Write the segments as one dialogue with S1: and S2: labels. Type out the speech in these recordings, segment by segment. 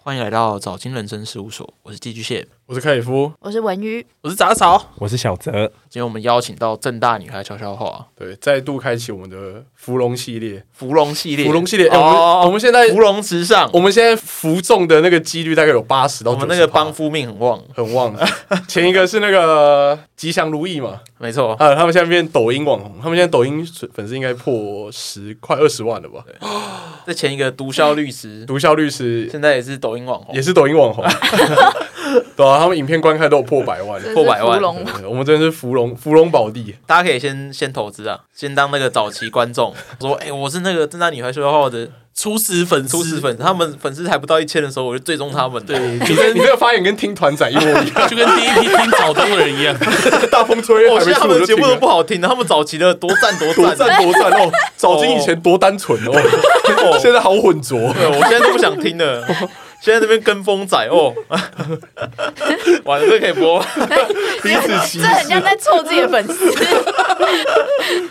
S1: 欢迎来到早金人生事务所，我是寄居蟹。
S2: 我是克里夫，
S3: 我是文鱼，
S2: 我是杂草。
S4: 我是小泽，
S1: 今天我们邀请到正大女孩悄悄话
S2: 对，再度开启我们的芙蓉系列，
S1: 芙蓉系列，
S2: 芙蓉系列，哎我们我
S1: 哦，
S2: 们现在哦
S1: 芙蓉时尚，
S2: 我们现在服众的那个几率大概有八十到
S1: 我
S2: 90%，
S1: 们那个帮夫命很旺，
S2: 很旺。前一个是那个吉祥如意嘛，
S1: 没错，
S2: 啊，他们现在变抖音网红，他们现在抖音粉丝应该破十快二十万了吧？
S1: 这前一个毒枭律师，
S2: 毒枭律师
S1: 现在也是抖音网红
S2: 也，是抖音网红， 对啊，他们影片观看都有破百万。
S3: 这是
S1: 破百万
S3: 芙蓉
S2: 对我们真的是芙蓉芙蓉宝地，
S1: 大家可以先先投资啊，先当那个早期观众，说，哎、我是那个正大女孩悄悄话的
S5: 初始粉丝，
S1: 初始粉丝，他们粉丝还不到一千的时候，我就追踪他们，对，
S2: 你这你这个发言跟听团仔一模一样，
S5: 就跟第一批听早中的人一样，
S2: 大风 吹
S1: 我
S2: 还
S1: 现
S2: 没
S1: 在他
S2: 出
S1: 们的
S2: 我就
S1: 节目
S2: 听
S1: 都
S2: 了
S1: 不。好听的，他们早期的多赞多
S2: 多
S1: 赞，啊
S2: 赞多赞 哦！早金以前多单纯哦， 现在好混浊。
S1: 对，我现在都不想听了。现在这边跟风仔哦，完了这可以播吗，
S2: 彼此歧
S3: 这很像
S2: 视，
S3: 在凑自己的粉丝，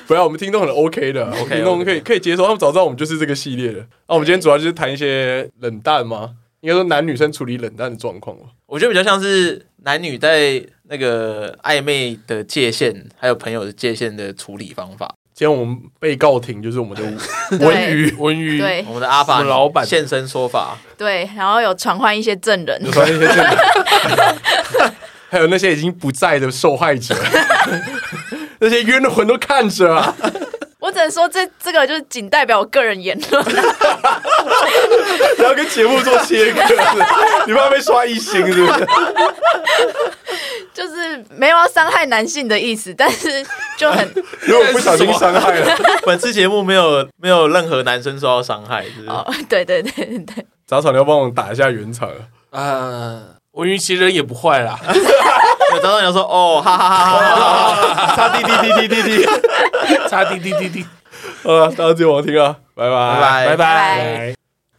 S2: 不要，我们听众很 OK 的，我们听众可以可以接受。他们早知道我们就是这个系列的。那我们今天主要就是谈一些冷淡吗？应该说男女生处理冷淡的状况吧。
S1: 我觉得比较像是男女在那个暧昧的界限，还有朋友的界限的处理方法。
S2: 今天我们被告庭就是我 们的
S3: 对
S2: 文娱，
S5: 文 娱
S3: 对
S1: 我们的阿
S5: 我
S1: 爸
S5: 们老板
S1: 现身说法，
S3: 对，然后有传唤一些证 人，
S2: 有传一些证据 还有那些已经不在的受害者， 那些冤魂都看着啊。
S3: 我只能说这这个就是仅代表我个人言论，
S2: 不要跟节目做切割， 你怕被刷一星是不是？
S3: 就是没有要伤害男性的意思，但是就 很
S2: 如果不小心伤害了，
S1: 本次节目没有没有任何男生受到伤害，是不是？
S3: 哦，对对对对对，
S2: 杂草你要帮我们打一下圆场啊！
S5: 呃，文娱其实人也不坏啦，
S1: 有张张扬说哦，哈哈哈哈哈哈，
S2: 擦滴滴滴滴滴滴，
S5: 擦滴滴滴滴，
S2: 好了，大家自己往听啊，拜拜
S1: 拜拜
S5: 拜拜。
S3: 拜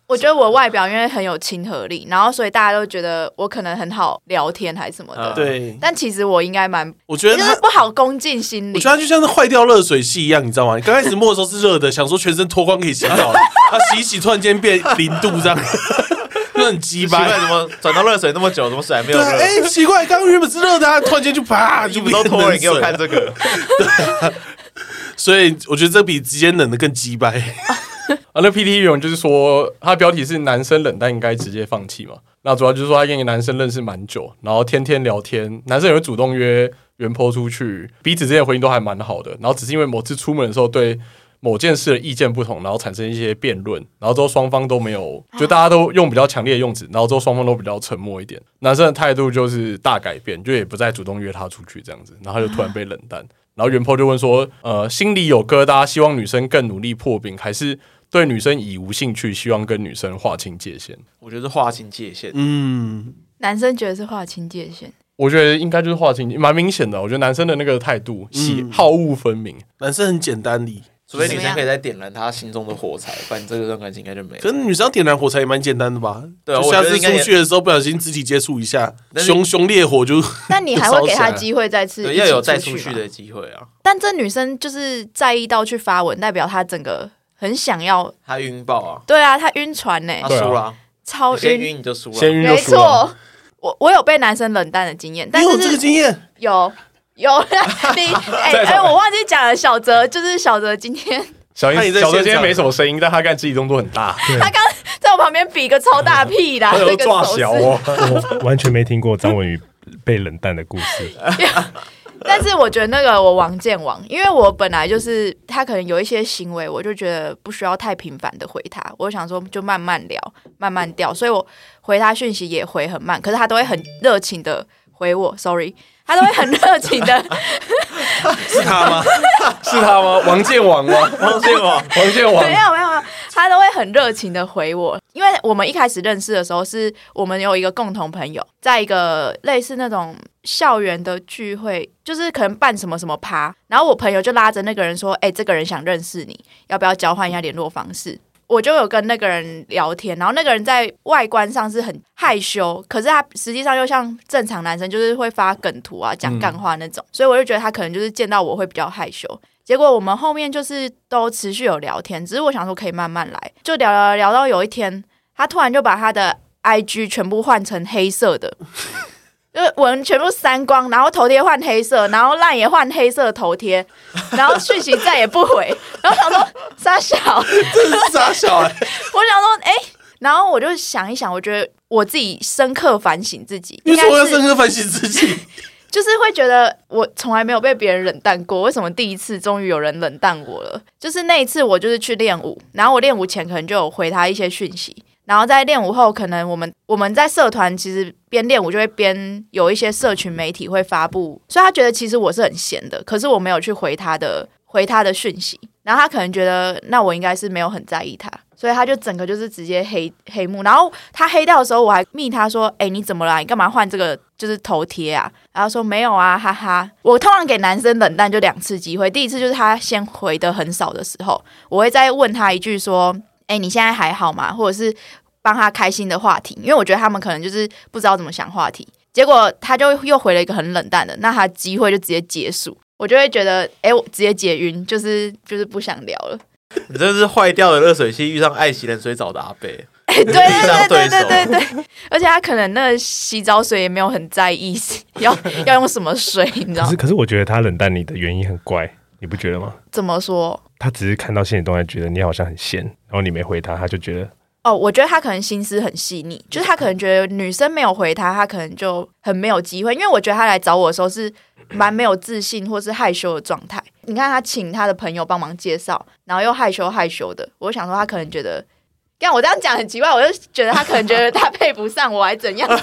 S3: 我觉得我外表因为很有亲和力，然后所以大家都觉得我可能很好聊天还什么
S1: 嗯
S3: 的，
S5: 对，
S3: 但其实我应该蛮
S5: 我觉得
S3: 就
S5: 他
S3: 是，不好攻进心
S5: 我
S3: 里
S5: 觉。得他就像是坏掉热水器一样，你知道吗？你刚开始摸的时候是热的，想说全身脱光可以洗澡了， 他洗一洗，突然间变零度 这样，就很鸡
S1: 奇怪，
S5: 巴。
S1: 怎么转到热水那么久，怎么水还没有
S5: 对，
S1: 热？
S5: 哎，奇怪，刚刚原本是热的啊，突然间就啪，
S1: 衣
S5: 就
S1: 服都
S5: 变
S1: 脱了，
S5: 冷
S1: 你给我
S5: 水
S1: 看这个。
S5: 所以我觉得这比直接冷的更鸡掰。
S2: 啊，那 PT 勇就是说，他标题是“男生冷淡应该直接放弃”嘛。那主要就是说，他跟一个男生认识蛮久，然后天天聊天，男生也会主动约原坡出去，彼此之间的回应都还蛮好的。然后只是因为某次出门的时候对某件事的意见不同，然后产生一些辩论，然后之后双方都没有，就大家都用比较强烈的用词，然后之后双方都比较沉默一点。男生的态度就是大改变，就也不再主动约她出去这样子，然后他就突然被冷淡。然后袁坡就问说：“呃，心里有疙瘩，希望女生更努力破冰，还是对女生已无兴趣，希望跟女生划清界限？
S1: 我觉得是划清界限，
S5: 嗯，
S3: 男生觉得是划清界 限，
S2: 我觉得应该就是划清，蛮明显的。我觉得男生的那个态度，喜
S1: 嗯
S2: 好恶分明。
S5: 男生很简单理，
S1: 除非女生可以再点燃她心中的火柴，不然这段感情应该就没了。
S5: 可是女生要点燃火柴也蛮简单的吧？
S1: 对啊
S5: 就
S1: 我
S5: 下
S1: 觉得
S5: 次
S1: 应该也
S5: 出去的时候不小心肢体接触一下，
S1: 但是
S5: 熊熊烈火就
S3: 但你还会给他机会再次
S1: 对，
S3: 一起
S1: 要有再出
S3: 吗
S1: 去的机会啊！
S3: 但这女生就是在意到去发文，代表她整个很想要。
S1: 他晕爆啊，
S3: 对啊，她晕船呢、
S1: 他
S2: 对啊
S1: 输了，
S3: 超
S1: 你先
S3: 哦晕。
S1: 晕你就输
S2: 先
S1: 了。
S2: 晕就
S3: 没
S2: 输了。
S3: 错，我我有被男生冷淡的经验，但
S5: 你有
S3: 是
S5: 这个
S3: 是
S5: 经验，
S3: 有有 你哎
S2: 在
S3: 哎、
S2: 场
S3: 我忘记讲了，小泽就是小泽今天
S2: 小
S5: 看你
S2: 英，
S5: 在
S2: 小泽今
S5: 现
S2: 天
S5: 场
S2: 没什么声音，但他看自己动作很大，
S3: 他刚在我旁边比个超大屁啦，
S2: 他有
S3: 这个
S2: 抓
S3: 手
S2: 小
S3: 势。
S2: 哦。
S4: 我完全没听过张文宇被冷淡的故事。
S3: 但是我觉得那个我王见王，因为我本来就是他可能有一些行为，我就觉得不需要太频繁的回他，我想说就慢慢聊，慢慢调，所以我回他讯息也回很慢，可是他都会很热情的回我，sorry，他都会很热情的，
S5: 是他吗？
S2: 是他吗？王建王吗？
S1: 王建王，
S2: 王建 王
S3: 没有没有没有，他都会很热情的回我，因为我们一开始认识的时候是我们有一个共同朋友，在一个类似那种校园的聚会，就是可能办什么什么趴，然后我朋友就拉着那个人说，哎、这个人想认识你，要不要交换一下联络方式？我就有跟那个人聊天，然后那个人在外观上是很害羞，可是他实际上又像正常男生，就是会发梗图啊、讲干话那种，所以我就觉得他可能就是见到我会比较害羞。结果我们后面就是都持续有聊天，只是我想说可以慢慢来，就聊聊聊到有一天，他突然就把他的 IG 全部换成黑色的， 就是文全部删光，然后头贴换黑色，然后烂也换黑色头贴，然后讯息再也不回，然后想说傻小，我
S5: 这 是傻小孩，
S3: 想说哎、然后我就想一想，我觉得我自己深刻反省自己，
S5: 你
S3: 应
S5: 为
S3: 该
S5: 什么要
S3: 是
S5: 深刻反省自己？
S3: 就是会觉得我从来没有被别人冷淡过，为什么第一次终于有人冷淡我了？就是那一次，我就是去练舞，然后我练舞前可能就有回他一些讯息，然后在练舞后，可能我们我们在社团其实边练舞就会边有一些社群媒体会发布，所以他觉得其实我是很闲的，可是我没有去回他的回他的讯息，然后他可能觉得那我应该是没有很在意他，所以他就整个就是直接黑黑幕。然后他黑掉的时候，我还密他说：“哎、你怎么啦？你干嘛换这个就是头贴啊？”然后他说没有啊，哈哈。我通常给男生冷淡就两次机会，第一次就是他先回的很少的时候，我会再问他一句说：“哎、你现在还好吗？”或者是帮他开心的话题，因为我觉得他们可能就是不知道怎么想话题。结果他就又回了一个很冷淡的，那他机会就直接结束。我就会觉得，哎、我直接解晕，就是就是不想聊了。
S1: 你真是坏掉的热水器遇上爱洗冷水澡的阿贝，
S3: 对对对对
S1: 对
S3: 对
S1: 手
S3: 对对对，而且他可能那个洗澡水也没有很在意要 要用什么水，你知
S4: 可
S3: 道
S4: 是可是我觉得他冷淡你的原因很怪，你不觉得吗？
S3: 怎么说？
S4: 他只是看到现实动态，觉得你好像很闲，然后你没回他，他就觉得
S3: 哦，我觉得他可能心思很细腻，就是他可能觉得女生没有回他，他可能就很没有机会。因为我觉得他来找我的时候是蛮没有自信或是害羞的状态。你看他请他的朋友帮忙介绍，然后又害羞害羞的，我想说他可能觉得，但我这样讲很奇怪，我就觉得他可能觉得他配不上我，还怎样？哦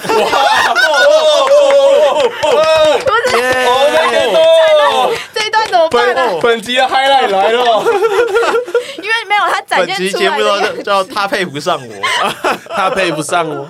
S3: 这一段怎么办呢、
S2: 本本集的 highlight 来了，
S3: 因为没有他展
S1: 本
S3: 现
S1: 集
S3: 出
S1: 节
S3: 来
S1: 目
S3: 的样
S1: 叫叫他配不上我，啊
S5: 他配不 上我，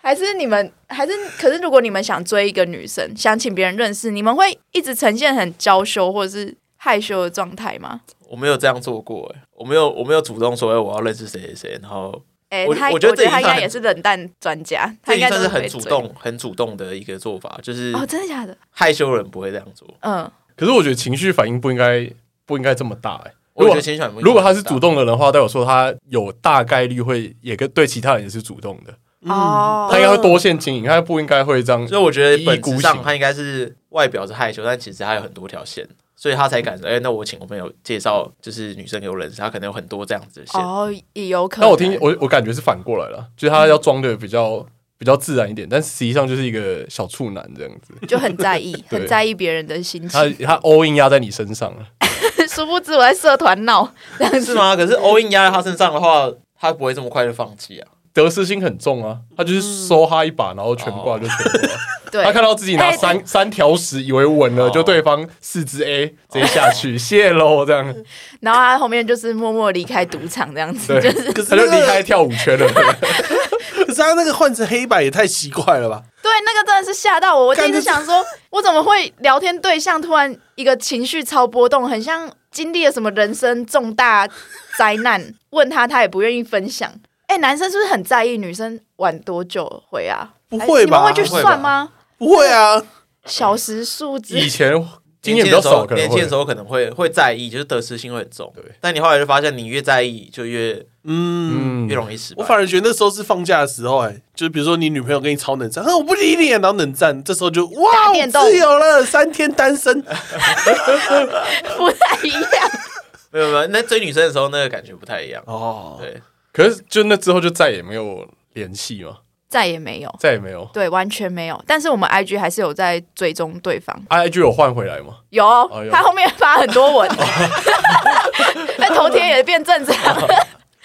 S3: 还是你们，还是可是，如果你们想追一个女生，想请别人认识，你们会一直呈现很娇羞或者是害羞的状态吗？
S1: 我没有这样做过、欸，我没有我没有主动说、哎我要认识谁谁谁，然后
S3: 哎、
S1: 我
S3: 他
S1: 我觉得这
S3: 他
S1: 已经
S3: 应该
S1: 算
S3: 也是冷淡专家，
S1: 这
S3: 他
S1: 已经
S3: 应该
S1: 算
S3: 都
S1: 是
S3: 被
S1: 很主
S3: 追
S1: 动很主动的一个做法，就是
S3: 哦，真的假的？
S1: 害羞的人不会这样做。
S3: 嗯，
S2: 可是我觉得情绪反应不应该不应该这么大哎、
S1: 我觉
S2: 如果
S1: 得先选，
S2: 如果他是主动的人的话，代表说他有大概率会也跟对其他人也是主动的，
S1: 嗯
S3: 哦，
S2: 他应该会多线经营，他不应该会这样。
S1: 所以我觉得本
S2: 一
S1: 质
S2: 意孤
S1: 上
S2: 行
S1: 他应该是外表是害羞，但其实他有很多条线，所以他才敢说，哎、那我请我朋友介绍，就是女生给我认识，他可能有很多这样子的线。
S3: 哦，也有可能。
S2: 但我听我我感觉是反过来了，就是他要
S3: 嗯
S2: 装的比较比较自然一点，但实际上就是一个小处男这样子。
S3: 就很在意，
S2: 对
S3: 很在意别人的心
S2: 他
S3: 情，
S2: 他 all in 压在你身上了，
S3: 殊不知我在社团闹这样
S1: 是
S3: 子。
S1: 吗？可是 all in 压在他身上的话，他不会这么快就放弃啊。
S2: 得失心很重啊。他就是收他一把，然后全
S1: 哦
S2: 挂就全挂。
S3: 嗯对，
S2: 他看到自己拿
S3: 哎
S2: 三三条石以为稳了，
S1: 哦
S2: 就对方四只 A 直接下去，谢喽这样。
S3: 然后他后面就是默默离开赌场这样子，
S2: 对
S3: 就
S5: 可是
S2: 他
S5: 那
S2: 就
S5: 个
S2: 离开跳舞圈了。
S5: 可是他那个换成黑白也太奇怪了吧？
S3: 对，那个真的是吓到我。我第
S5: 干
S3: 一次
S5: 这
S3: 想说，我怎么会聊天对象突然一个情绪超波动，很像经历了什么人生重大灾难？问他，他也不愿意分享。哎、男生是不是很在意女生晚多久回啊？
S5: 不会吧
S3: 哎你们会去算吗？
S5: 不会啊，
S3: 小时数字
S2: 以前经验比较少，可能
S1: 年轻
S2: 会
S1: 的时候可能会会在意，就是得失心会很重。
S2: 对，
S1: 但你后来就发现，你越在意就越
S5: 嗯。
S2: 嗯
S1: 越容易失败。
S5: 我反而觉得那时候是放假的时候、哎，就是比如说你女朋友跟你吵冷战，啊哼，我不理你，然后冷战，这时候就哇，
S3: 打
S5: 我
S3: 电动
S5: 自由了，三天单身，
S3: 不太一样。
S1: 没有没有，那追女生的时候那个感觉不太一样。
S5: 哦，
S1: 对，
S2: 可是就那之后就再也没有联系嘛，
S3: 再也没有，
S2: 再也没有。
S3: 对，完全没有。但是我们 IG 还是有在追踪对方，
S2: I G 有换回来吗？
S3: 有、哦
S2: 哎呦
S3: 他后面发很多文， 那头贴也变正常了，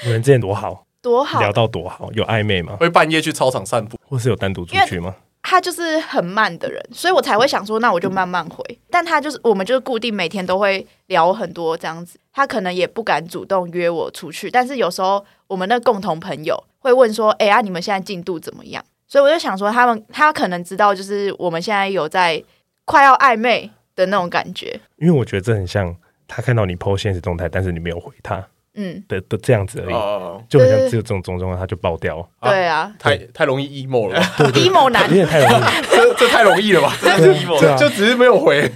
S4: 你们之前多好，
S3: 多好
S4: 聊到多好，有暧昧吗？
S2: 会半夜去操场散步，
S4: 或是有单独出去吗？
S3: 他就是很慢的人，所以我才会想说，那我就慢慢回。但他就是，我们就是固定每天都会聊很多这样子。他可能也不敢主动约我出去，但是有时候我们那共同朋友会问说：“哎、呀、啊，你们现在进度怎么样？”所以我就想说，他们他可能知道，就是我们现在有在快要暧昧的那种感觉。
S4: 因为我觉得这很像他看到你 PO 现实动态，但是你没有回他
S3: 嗯，
S4: 的的这样子而已，
S1: 哦，
S4: 就很像只有这种种状况，他就爆掉了，
S2: 啊
S3: 对啊
S2: 太太容易 emo 了吧，
S3: ，emo 男
S4: 有点太容易，
S2: 这这太容易了吧？
S4: 对啊
S2: 就只是没有回，
S5: 欸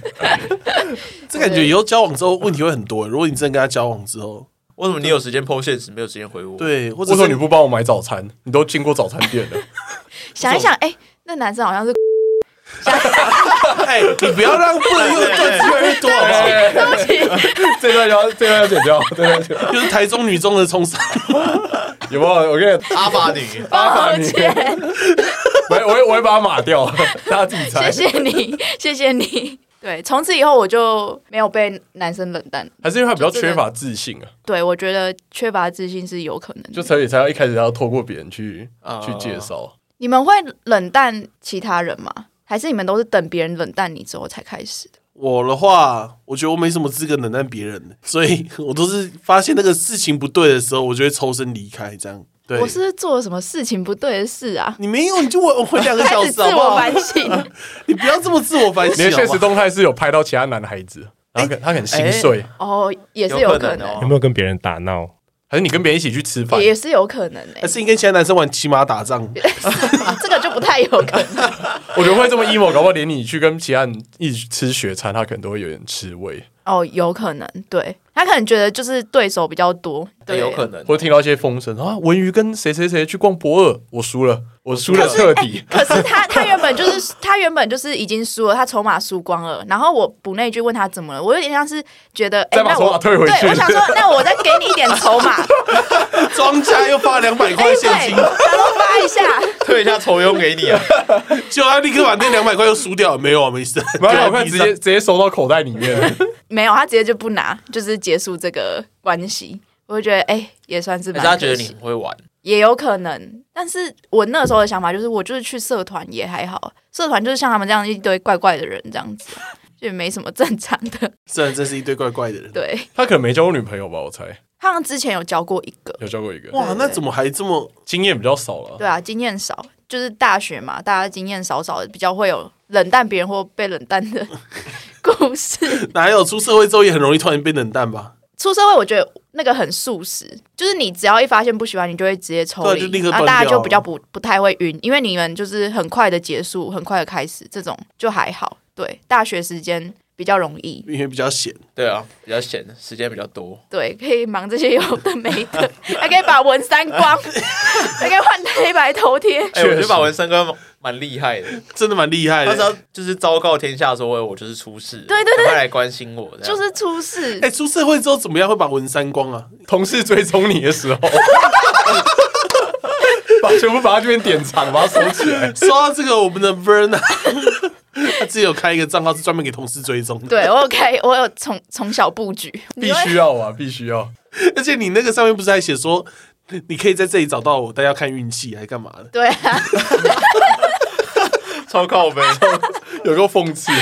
S5: 这感觉以后交往之后问题会很多、如果你真的跟他交往之后，
S1: 为什么你有时间 PO 现实，没有时间回我？，
S5: 对，或
S2: 为
S5: 者
S2: 什
S5: 是
S2: 么你不帮我买早餐？你都经过早餐店了，
S3: 想一想，哎、那男生好像是
S1: 哎，你不
S5: 不要让不能用的段子越来越多，好不好
S3: 对不起，
S2: 这段要这段要剪掉，这段要剪掉。
S5: 就是台中女中的冲杀，
S2: 有没有？我跟你，
S1: 阿法 女，
S3: 抱歉，
S2: 我会我会我会把它码掉， 大家自己猜。
S3: 谢谢你，谢谢你。对，从此以后我就没有被男生冷淡。
S2: 还是因为他比较缺乏自信啊，
S3: 对我觉得缺乏自信是有可能的。
S2: 就所以才要一开始要透过别人去
S1: 啊
S2: 去介绍。
S3: 你们会冷淡其他人吗？还是你们都是等别人冷淡你之后才开始的？
S5: 我的话，我觉得我没什么资格冷淡别人，所以 我都是发现那个事情不对的时候，我就会抽身离开。这样，对，
S3: 我是不是做了什么事情不对的事 啊？
S5: 你没有，你就我回两个
S3: 开
S5: 小
S3: 始
S5: 时
S3: 自
S5: 好不
S3: 我
S5: 好？
S3: 反省，
S5: 你不要这么自我反
S2: 你的
S3: 啊
S5: 省好
S2: 现
S5: 不
S2: 实
S5: 好？
S2: 动态是有拍到其他男孩子，然后可他很心碎，
S3: 哦，也是
S1: 有
S3: 有
S1: 可
S3: 可
S1: 能
S3: 能，
S1: 哦
S4: 有没有跟别人打闹？
S2: 还是你跟别人一起去吃饭？
S3: 也是有可能 诶、
S5: 还是你跟其他男生玩骑马 打仗？
S3: 这个就不太有可能。
S2: 我觉得会这么 emo，搞不好连你去跟其他人一起去吃雪餐，他可能都会有点吃味，
S3: 哦，有可能，对他可能觉得就是对手比较多，对，
S1: 有可能。
S2: 或者听到一些风声啊，文瑜跟谁谁谁去逛博尔，我输了，我输了彻底。
S3: 哎可是他他原本就是他原本就是已经输了，他筹码输光了。然后我补那一句问他怎么了，我有点像是觉得，哎、
S2: 再把
S3: 那
S2: 筹码
S3: 我
S2: 退回去
S3: 对，我想说，那我再给你一点筹码，
S5: 庄家又发两百
S3: 哎、
S5: 块
S3: 对，
S5: 现金，
S3: 然后发一下，
S1: 退一下酬庸给你 啊！
S5: 就他立刻把那两百块又输掉了。没有啊，没事，
S2: 不然
S5: 掉
S2: 我
S5: 在
S2: 看
S5: 地
S2: 直
S5: 上
S2: 接直接收到口袋里面，
S3: 没有，他直接就不拿，就是结束这个关系。我就觉得，哎、也算是
S1: 可
S3: 蛮
S1: 是他
S3: 可
S1: 觉得
S3: 惜
S1: 你很会玩，
S3: 也有可能，但是我那时候的想法就是，我就是去社团也还好，社团就是像他们这样一堆怪怪的人这样子，就也没什么正常的。
S5: 虽然真是一堆怪怪的人。
S3: 对，
S2: 他可能没交过女朋友吧？我猜
S3: 他们之前有交过一个，
S2: 有交过一个，
S5: 哇，那怎么还这么？
S2: 经验比较少了。
S3: 对啊，经验少，就是大学嘛，大家经验少少的，比较会有冷淡别人或被冷淡的 故事。
S5: 哪有出社会之后也很容易突然被冷淡吧？
S3: 出社会，我觉得那个很速食，就是你只要一发现不喜欢，你就会直接抽
S5: 对啊就
S3: 离
S5: 立，刻
S3: 然
S5: 断
S3: 后大家
S5: 掉
S3: 就
S5: 了
S3: 比较不不太会晕，因为你们就是很快的结束，很快的开始，这种就还好。对，大学时间比较容易，
S5: 因为比较闲，
S1: 对啊，比较闲，时间比较多。
S3: 对，可以忙这些有的没的，还可以把文删光， 还可以换黑白头贴。
S1: 哎，
S2: 确
S1: 我
S2: 实
S1: 觉得马文生哥蛮厉害的，
S5: 真的蛮厉害
S1: 他
S5: 的
S1: 只。要就是昭告天下说，哎我就是出事，
S3: 对对对
S1: 快来关心我，这样
S3: 就是出事
S5: 哎、，出社会之后怎么样会把文删光啊？
S2: 同事追踪你的时候， 把全部把它这边典藏，把它收起 来。
S5: 说到这个，我们的 Verna，他自己有开一个账号是专门给同事追 踪的。，
S3: 对我有开，我有从从小布局，
S2: 必须要啊，必须要！
S5: 而且你那个上面不是还写说，你可以在这里找到我，但要看运气还干嘛的？
S3: 对啊，
S1: 超靠背
S2: 有够讽刺，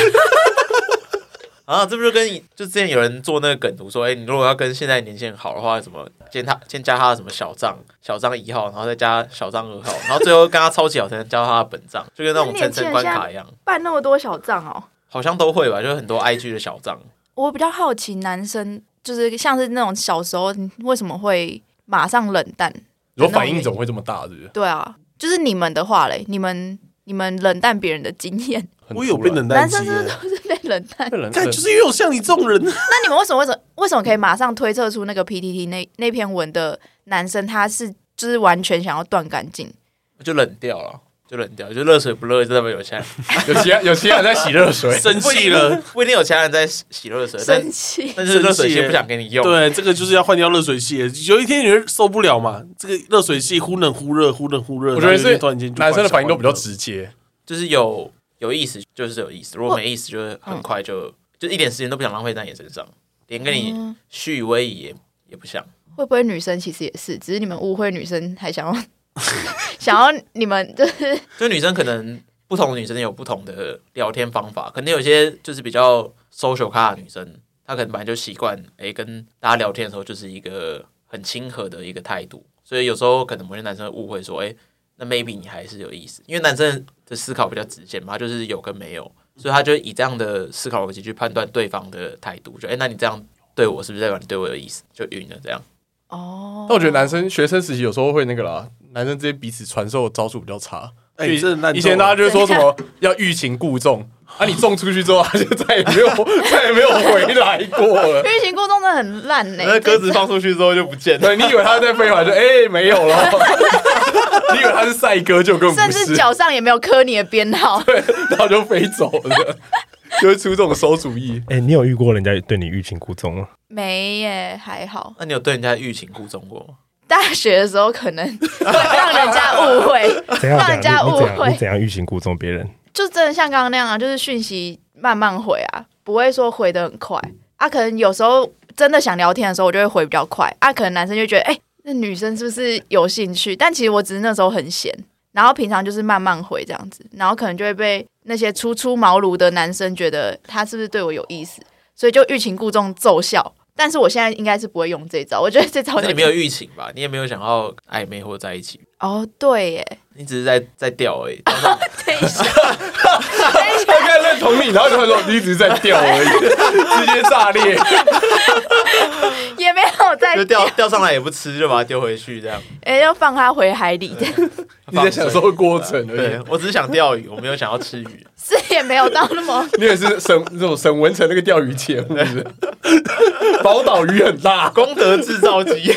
S1: 啊！这不就跟就之前有人做那个梗图说，哎，你如果要跟现在年轻人好的话，什么先他先加他的什么小账，小账一号，然后再加小账二号，然后最后跟他抄起好才能加到他的本账，就跟那种层层关卡一样，
S3: 办那么多小账哦。
S1: 好像都会吧，就是很多 IG 的小账。
S3: 我比较好奇，男生就是像是那种小时候你为什么会马上冷淡？
S2: 我反应
S5: 欸
S2: 怎么会这么大？是不是？
S3: 对啊，就是你们的话嘞，你们你们冷淡别人的经验，
S2: 很
S5: 我有
S2: 突
S5: 被
S2: 然
S5: 冷淡
S3: 男
S5: 期
S3: 生是不是
S5: 耶，
S3: 都是被冷淡？
S2: 被冷
S5: 看
S2: 淡，
S5: 就是因为我像你这种 人，
S3: 那你们为什么为什么为什么可以马上推测出那个 PTT 那那篇文的男生他是就是完全想要断干净？
S1: 就冷掉了，就冷掉，就热水不热，就代表有钱人
S2: 有其他有其他人在洗热水，
S5: 生气了。
S1: 不一定有其他人在洗洗热水，但
S3: 生气，
S1: 但是热水器不想给你用，
S5: 对，这个就是要换掉热水器耶，有一天你会受不了嘛。这个热水器忽冷忽热，忽冷忽热。
S2: 我觉得
S5: 然后有一
S2: 是
S5: 天突然间就
S2: 男生的反应都比较
S5: 直。
S2: 直接，
S1: 就是有有意思就是有意思，如果没意思就是很快就、就一点时间都不想浪费在你身上，连跟你
S3: 嗯
S1: 续威仪也也不想。
S3: 会不会女生其实也是，只是你们误会女生还想要 想要你们就是
S1: 就女生可能不同的女生有不同的聊天方法，可能有些就是比较 social 咖的女生，她可能本来就习惯诶跟大家聊天的时候就是一个很亲和的一个态度，所以有时候可能某些男生会误会说，诶，那 maybe 你还是有意思，因为男生的思考比较直线嘛，他就是有跟没有，所以他就以这样的思考逻辑去判断对方的态度，就诶，那你这样对我是不是代表你对我有意思？就晕了这样。
S3: 哦。
S2: 但我觉得男生学生时期有时候会那个啦，男生之间彼此传授的招数比较差。
S5: 哎
S2: 就
S5: 这烂透了
S1: 啊
S2: 以前大家就是说什么要欲擒故纵，啊，你种出去之后，它就再也没有再也没有回来过了。
S3: 欲擒故纵真的很烂呢、
S1: 那鸽子放出去之后就不见了。
S2: 对，你以为它在飞完就哎、没有了， 你以为它是赛鸽，就根本
S3: 甚
S2: 不
S3: 至
S2: 是，
S3: 脚上也没有磕你的编号。
S2: 对，然后就飞走了，就会出这种馊主意。
S4: 哎、你有遇过人家对你欲擒故纵吗？
S3: 没耶，还好。
S1: 那你有对人家欲擒故纵过吗？
S3: 大学的时候可能会让人家误会，
S4: 怎样
S3: 让
S4: 怎
S3: 人家
S4: 样？你你
S3: 误
S4: 怎样？
S3: 会
S4: 你怎样欲擒故纵别人？
S3: 就真的像刚刚那样啊，就是讯息慢慢回啊，不会说回的很快啊。可能有时候真的想聊天的时候，我就会回比较快啊。可能男生就觉得，哎、那女生是不是有兴趣？但其实我只是那时候很闲，然后平常就是慢慢回这样子，然后可能就会被那些初出茅庐的男生觉得他是不是对我有意思，所以就欲擒故纵奏效。但是我现在应该是不会用这招，我觉得这招
S1: 那你没有欲擒吧？你也没有想要暧昧或在一起，
S3: 哦，对耶，
S1: 你只是在在钓 而已。
S3: 等一下，
S2: 他应该认同你，然后就会说你一直在掉而已， 直接炸裂。
S3: 也没有在
S1: 就钓钓上来也不吃，就把它丢回去这样。
S3: 哎、要放他回海里，
S2: 你在享受过程而
S1: 对
S2: 已，
S1: 我只是想钓鱼，我没有想要吃鱼。
S3: 是也没有到那么
S2: 你也是沈那种沈文成那个钓鱼节目是不是， 宝岛鱼很大，
S1: 功德制造 机，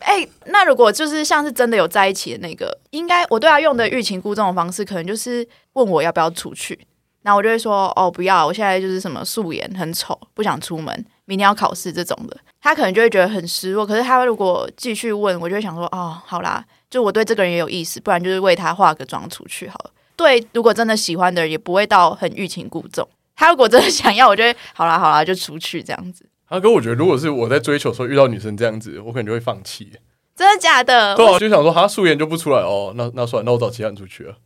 S3: 哎、那如果就是像是真的有在一起的那个，应该我对他用的欲擒故纵的方式，可能就是问我要不要出去，然后我就会说哦不要，我现在就是什么素颜很丑，不想出门，明天要考试这种的，他可能就会觉得很失落。可是他如果继续问，我就会想说哦好啦，就我对这个人也有意思，不然就是为他化个妆出去好了。对，如果真的喜欢的人，也不会到很欲擒故纵。他如果真的想要，我就会好啦好啦就出去这样子。
S2: 阿啊哥，我觉得如果是我在追求的时候遇到女生这样子，我可能就会放弃。
S3: 真的假
S1: 哦
S3: 的？
S2: 对啊，我就想说，哈，素颜就不出来哦，那那算了，那我找其他人出去了。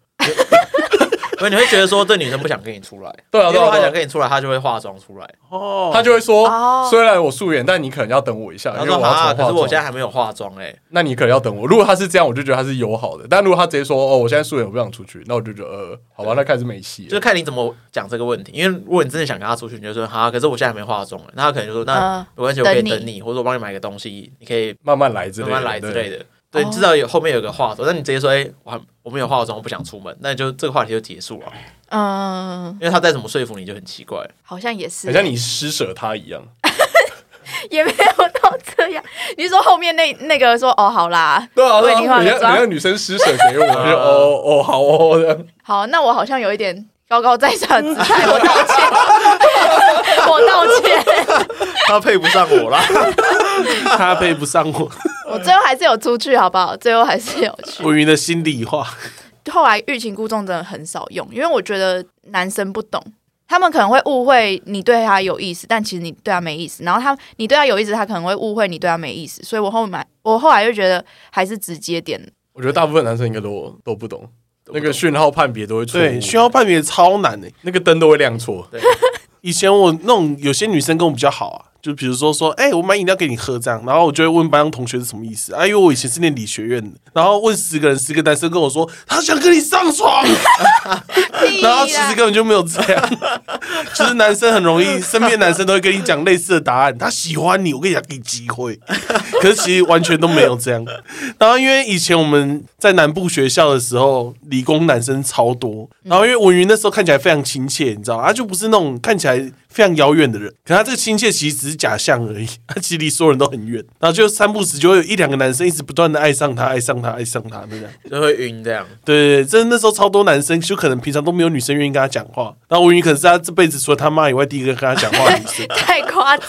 S1: 所以你会觉得说这女生不想跟你出来，
S2: 对 啊，
S1: 因
S2: 对
S1: 为
S2: 啊，
S1: 她想
S2: 对啊
S1: 跟你出来，她就会化妆出来。
S5: 哦，
S2: 他就会说
S3: 哦，
S2: 虽然我素颜，但你可能要等我一下，
S1: 然
S2: 因
S1: 后
S2: 为
S1: 说
S2: 我要重
S1: 啊，
S2: 化
S1: 可是我
S2: 妆
S1: 现在还没有化妆哎，
S2: 那你可能要等我。如果他是这样，我就觉得他是友好的；但如果他直接说哦，我现在素颜，我不想出去，那我就觉得呃，好吧，那开始没戏
S1: 就
S2: 了。
S1: 看你怎么讲这个问题。因为如果你真的想跟她出去，你就说哈，可是我现在还没化妆欸那她可能就说那
S3: 嗯
S1: 没关系，我可以
S3: 等你
S1: 等你，或者我帮你买个东西，你可以
S2: 慢慢来之类
S1: 慢
S2: 的，
S1: 慢来之类
S2: 的。
S1: 的。对，
S3: 哦
S1: 你至少有后面有个话头，那你直接说，哎、我还我没有化妆，我不想出门，那就这个话题就结束了，
S3: 嗯，
S1: 因为他再怎么说服你就很奇怪。
S3: 好像也是
S2: 很，像你施舍他一样，
S3: 也没有到这样。 你是说后面那那个说哦，好啦，
S2: 对啊，
S3: 我
S2: 对
S3: 已
S2: 啊，
S3: 经化
S2: 很
S3: 了
S2: 像很
S3: 妆，
S2: 像女生施舍 给我，我就哦哦好哦这样，
S3: 好，那我好像有一点高高在上的 姿态，我道歉， 我道歉，
S1: 他配不上我啦，
S5: 他配不上 我，
S3: 我最后还是有出去，好不好？最后还是有去。
S5: 文云的心里话，
S3: 后来欲擒故纵真的很少用，因为我觉得男生不懂，他们可能会误会你对他有意思，但其实你对他没意思。然后他你对他有意思，他可能会误会你对他没意思。所以我后面我后来就觉得还是直接点
S2: 我觉得大部分男生应该都都不懂，那个讯号判别都会错误，
S5: 对，需要判别超难欸诶。
S2: 那个灯都会亮错。
S5: 以前我那种有些女生跟我比较好啊，就比如说说，哎、我买饮料给你喝这样，然后我就会问班上同学是什么意思啊，因为我以前是念理学院的，然后问十个人，十个男生跟我说他想跟你上床，
S3: 屁
S5: 然
S3: 啦，
S5: 后其实根本就没有这样，就是男生很容易，身边男生都会跟你讲类似的答案，他喜欢你，我跟你讲给你机会，可是其实完全都没有这样。然后因为以前我们在南部学校的时候，理工男生超多，然后因为文云那时候看起来非常亲切，你知道吗，他就不是那种看起来非常遥远的人，可他这个亲切其实只是假象而已，他其实离所有人都很远，然后就三不时就会有一两个男生一直不断的爱上他，爱上他，爱上他那样。
S1: 就会晕这样。
S5: 对，真的那时候超多男生，就可能平常都没有女生愿意跟他讲话。然后吴云可能是他这辈子除了他妈以外第一个跟他讲话的女生
S3: 太夸张，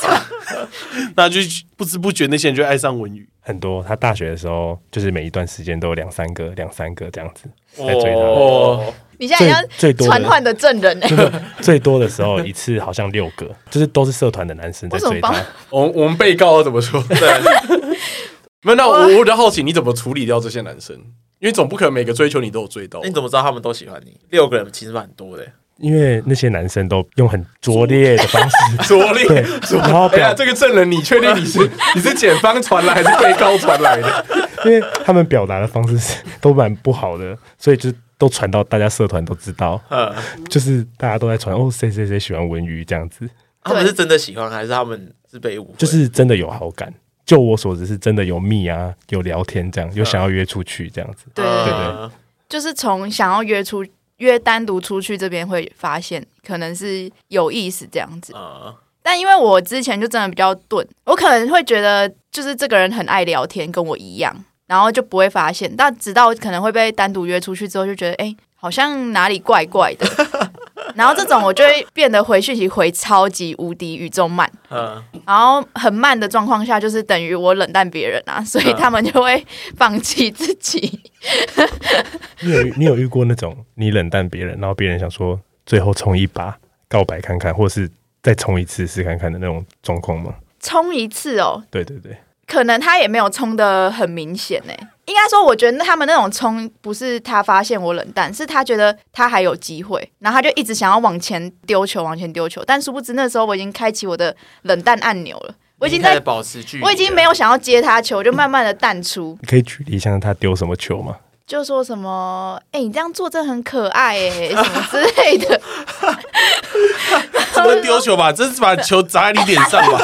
S5: 那就不知不觉那些人就爱上文宇。
S4: 很多，他大学的时候就是每一段时间都有两三个、两三个这样子在追他。
S1: 哦，
S3: 你现在
S4: 最最
S3: 像
S4: 多的
S3: 传唤的证人呢、欸
S4: 最多的时候一次好像六个， 就是都是社团的男生在追他
S3: 为什。
S2: 我我们被告要怎么说？对， 没有。那我我比较好奇，你怎么处理掉这些男生？因为总不可能每个追求你都有追到
S1: 那。你怎么知道他们都喜欢你？六个人其实蛮多的，
S4: 因为那些男生都用很拙劣的方式，
S2: 左力
S4: 对，然后
S2: 哎呀，
S4: 表，
S2: 这个证人，你确定你 是你是检方传来还是被告传来 的？
S4: 因为他们表达的方式是都蛮不好的，所以就都传到大家社团都知道，
S1: 嗯，
S4: 就是大家都在传哦，谁谁谁喜欢文娱这样子，
S1: 他们是真的喜欢，还是他们是被误会？
S4: 就是真的有好感。就我所知，是真的有密啊，
S1: 啊
S4: 有聊天这样，有想要约出去这样子。
S3: 对对对，
S1: 嗯
S3: 就是从想要约出约单独出去这边会发现，可能是有意思这样子。
S1: 啊，
S3: 但因为我之前就真的比较钝，我可能会觉得就是这个人很爱聊天，跟我一样，然后就不会发现。但直到可能会被单独约出去之后，就觉得哎、诶好像哪里怪怪的。 然后这种我就会变得回讯息回超级无敌宇宙慢，
S1: 嗯，
S3: 然后很慢的状况下，就是等于我冷淡别人啊，所以他们就会放弃自己。
S4: 你有你有遇过那种你冷淡别人，然后别人想说最后冲一把告白看看，或是再冲一次试看看的那种状况吗？
S3: 冲一次哦，
S4: 对对对，
S3: 可能他也没有冲的很明显呢。应该说，我觉得他们那种冲不是他发现我冷淡，是他觉得他还有机会，然后他就一直想要往前丢球，往前丢球。但殊不知那时候我已经开启我的冷淡按钮了，我已经
S1: 开始
S3: 在，
S1: 保持距离了，啊
S3: 我已经没有想要接他球，我就慢慢的淡出，
S4: 你可以举例一下他丢什么球吗？
S3: 就说什么：“哎、你这样做真的很可爱哎、什么之类的。
S5: 这不是丢球吧？这是把球砸在你脸上吧？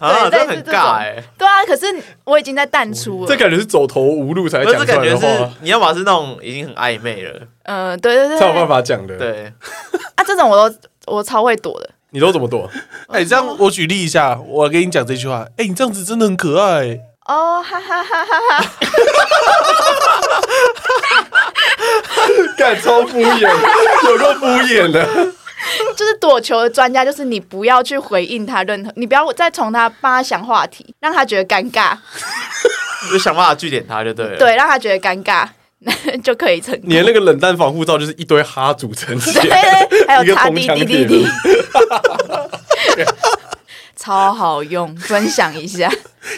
S1: 啊，
S3: 对类
S1: 这
S3: 似
S1: 很
S3: 这
S1: 尬哎，”
S3: 对啊，可是我已经在淡出
S2: 这
S3: 了。
S2: 感觉是走投无路才
S1: 我
S2: 讲
S1: 这
S2: 出来
S1: 感觉
S2: 的
S1: 是
S2: 话，
S1: 你要么是那种已经很暧昧了，
S3: 嗯、对对对，
S2: 才有办法讲的。，
S1: 对，
S3: 啊，这种我都我超会躲的。
S2: 你都怎么躲？
S5: 哎、这样我举例一下，我跟你讲这句话。哎、你这样子真的很可爱、
S3: 哦，哈哈哈哈哈！
S2: 干超敷衍，有够敷衍的。
S3: 就是躲球的专家，就是你不要去回应他任何，你不要再从他帮他想话题，让他觉得尴尬，
S1: 就想办法据点他就对了，，
S3: 对，让他觉得尴尬， 就可以成 功。
S2: 你的那个冷淡防护罩就是一堆哈组成起
S3: 对
S2: 来，
S3: 对对，还
S2: 一个
S3: 有擦
S2: 铜
S3: 滴
S2: 墙
S3: 滴滴
S2: 铁
S3: 滴
S2: 壁，。
S3: 超好用，分享一下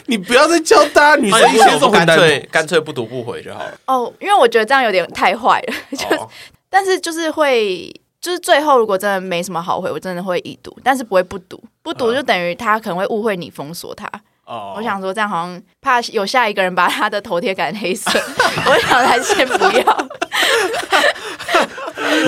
S5: 你不要再教大家女
S1: 那
S5: 生一
S1: 啊你
S5: 些
S1: 为
S5: 这
S1: 什么
S5: 种
S1: 不干
S5: 很难
S1: 脆干脆不读不回就好了？
S3: 哦，因为我觉得这样有点太坏了， 就是
S1: 哦
S3: 但是就是会，就是最后如果真的没什么好回，我真的会已读，但是不会不读，不读就等于他可能会误会你封锁他。
S1: 嗯哦
S3: 我想说这样好像怕有下一个人把他的头贴改成黑色， 我想来先不 要。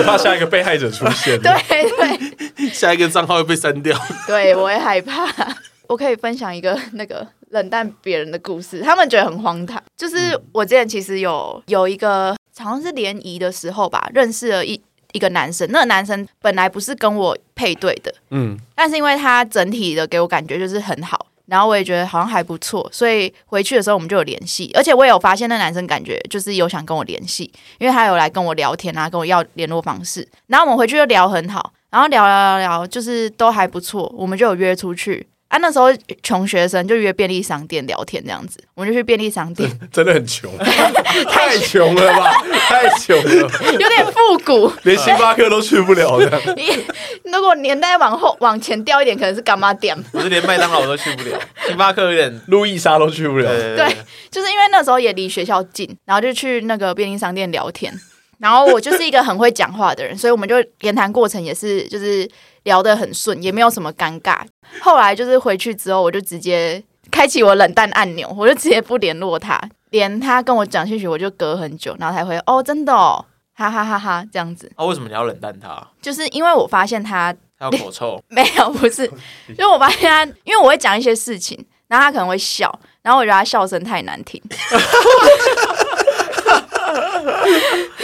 S2: 怕下一个被害者出现。
S3: 对对
S5: 下一个账号会被删掉。
S3: 对，我会害怕。 我可以分享一个那个冷淡别人的故事，他们觉得很荒唐。就是我之前其实有有一个好像是联谊的时候吧，认识了一一个男生，那个男生本来不是跟我配对的，
S2: 嗯，
S3: 但是因为他整体的给我感觉就是很好，然后我也觉得好像还不错，所以回去的时候我们就有联系，而且我也有发现那男生感觉就是有想跟我联系，因为他有来跟我聊天啊，跟我要联络方式，然后我们回去就聊很好，然后聊聊聊就是都还不错，我们就有约出去。啊，那时候穷学生就约便利商店聊天这样子，我们就去便利商店，
S2: 真的很 穷，太穷了吧，太穷了，
S3: 有点复古。
S2: 连星巴克都去不了的。
S3: 如果年代往后往前调一点，可能是干妈店。
S1: 我是连麦当劳都去不了，星巴克有点。
S2: 路易莎都去不了，
S1: 对
S3: 对，就是因为那时候也离学校近，然后就去那个便利商店聊天。然后我就是一个很会讲话的人，所以我们就言谈过程也是就是聊得很顺，也没有什么尴尬。后来就是回去之后，我就直接开启我冷淡按钮，我就直接不联络他，连他跟我讲兴趣，我就隔很久，然后才会哦，真的哦，哈哈哈哈，这样子。
S1: 啊，为什么你要冷淡他？
S3: 就是因为我发现他
S1: 他有口臭，
S3: 没有，不是， 因为我发现他，因为我会讲一些事情，然后他可能会笑，然后我觉得他笑声太难听，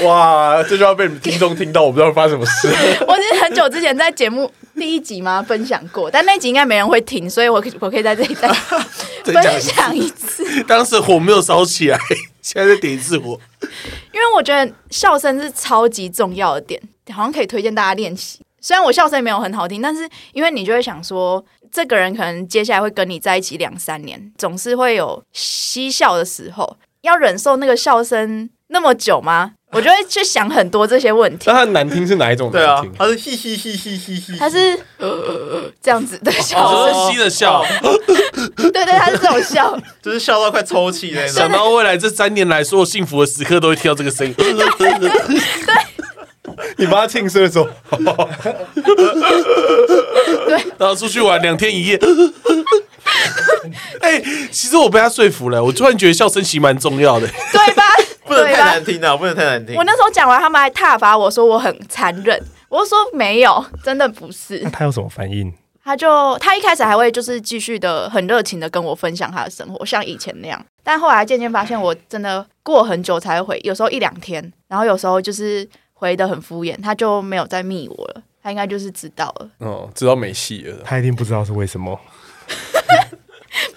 S2: 哇，这就要被你们听众听到，我不知道发生什么事。
S3: 我是很久之前在节目第一集嘛分享过，但那集应该没人会听，所以我可我可以在这 里再分享一次，
S5: 当时火没有烧起来，现在再点一次火。
S3: 因为我觉得笑声是超级重要的点，好像可以推荐大家练习。虽然我笑声没有很好听，但是因为你就会想说，这个人可能接下来会跟你在一起两三年，总是会有嬉笑的时候，要忍受那个笑声那么久吗？我就会去想很多这些问题
S2: 那。它的难听是哪一种
S1: 对啊
S2: 难听，？
S1: 他是嘻嘻嘻嘻嘻嘻，
S3: 他是呃这样子的笑
S5: 哦，
S3: 声，
S5: 是吸了笑，
S3: 对对，他是这种笑。
S1: 就是笑到快抽泣那种
S5: 想。到未来这三年来，所有幸福的时刻都会听到这个声音。
S2: 你帮他庆生的时候，
S5: 然后出去玩两天一夜。 哎、其实我被他说服了，我突然觉得笑声其实蛮重要的。
S3: 对吧？
S1: 不能
S3: 对
S1: 太
S3: 吧
S1: 难？听啊了，不能太难听。
S3: 我那时候讲完，他们还挞伐我说我很残忍，我就说没有，真的不是
S4: 那。他有什么反应？
S3: 他就他一开始还会就是继续的很热情的跟我分享他的生活，像以前那样。但后来渐渐发现，我真的过很久才会回，有时候一两天，然后有时候就是回的很敷衍，他就没有再密我了。他应该就是知道了，
S2: 哦，知道没戏了。
S4: 他一定不知道是为什么。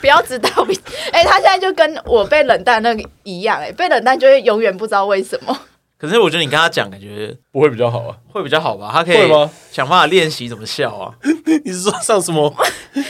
S3: 不要知道 比。哎、他现在就跟我被冷淡那个一样、哎，被冷淡就会永远不知道为什么。
S1: 可是我觉得你跟他讲，感觉
S2: 不会比较好啊？
S1: 会比较好吧？他可以
S2: 会吗？
S1: 想办法练习怎么笑啊。
S5: 你是说上什么？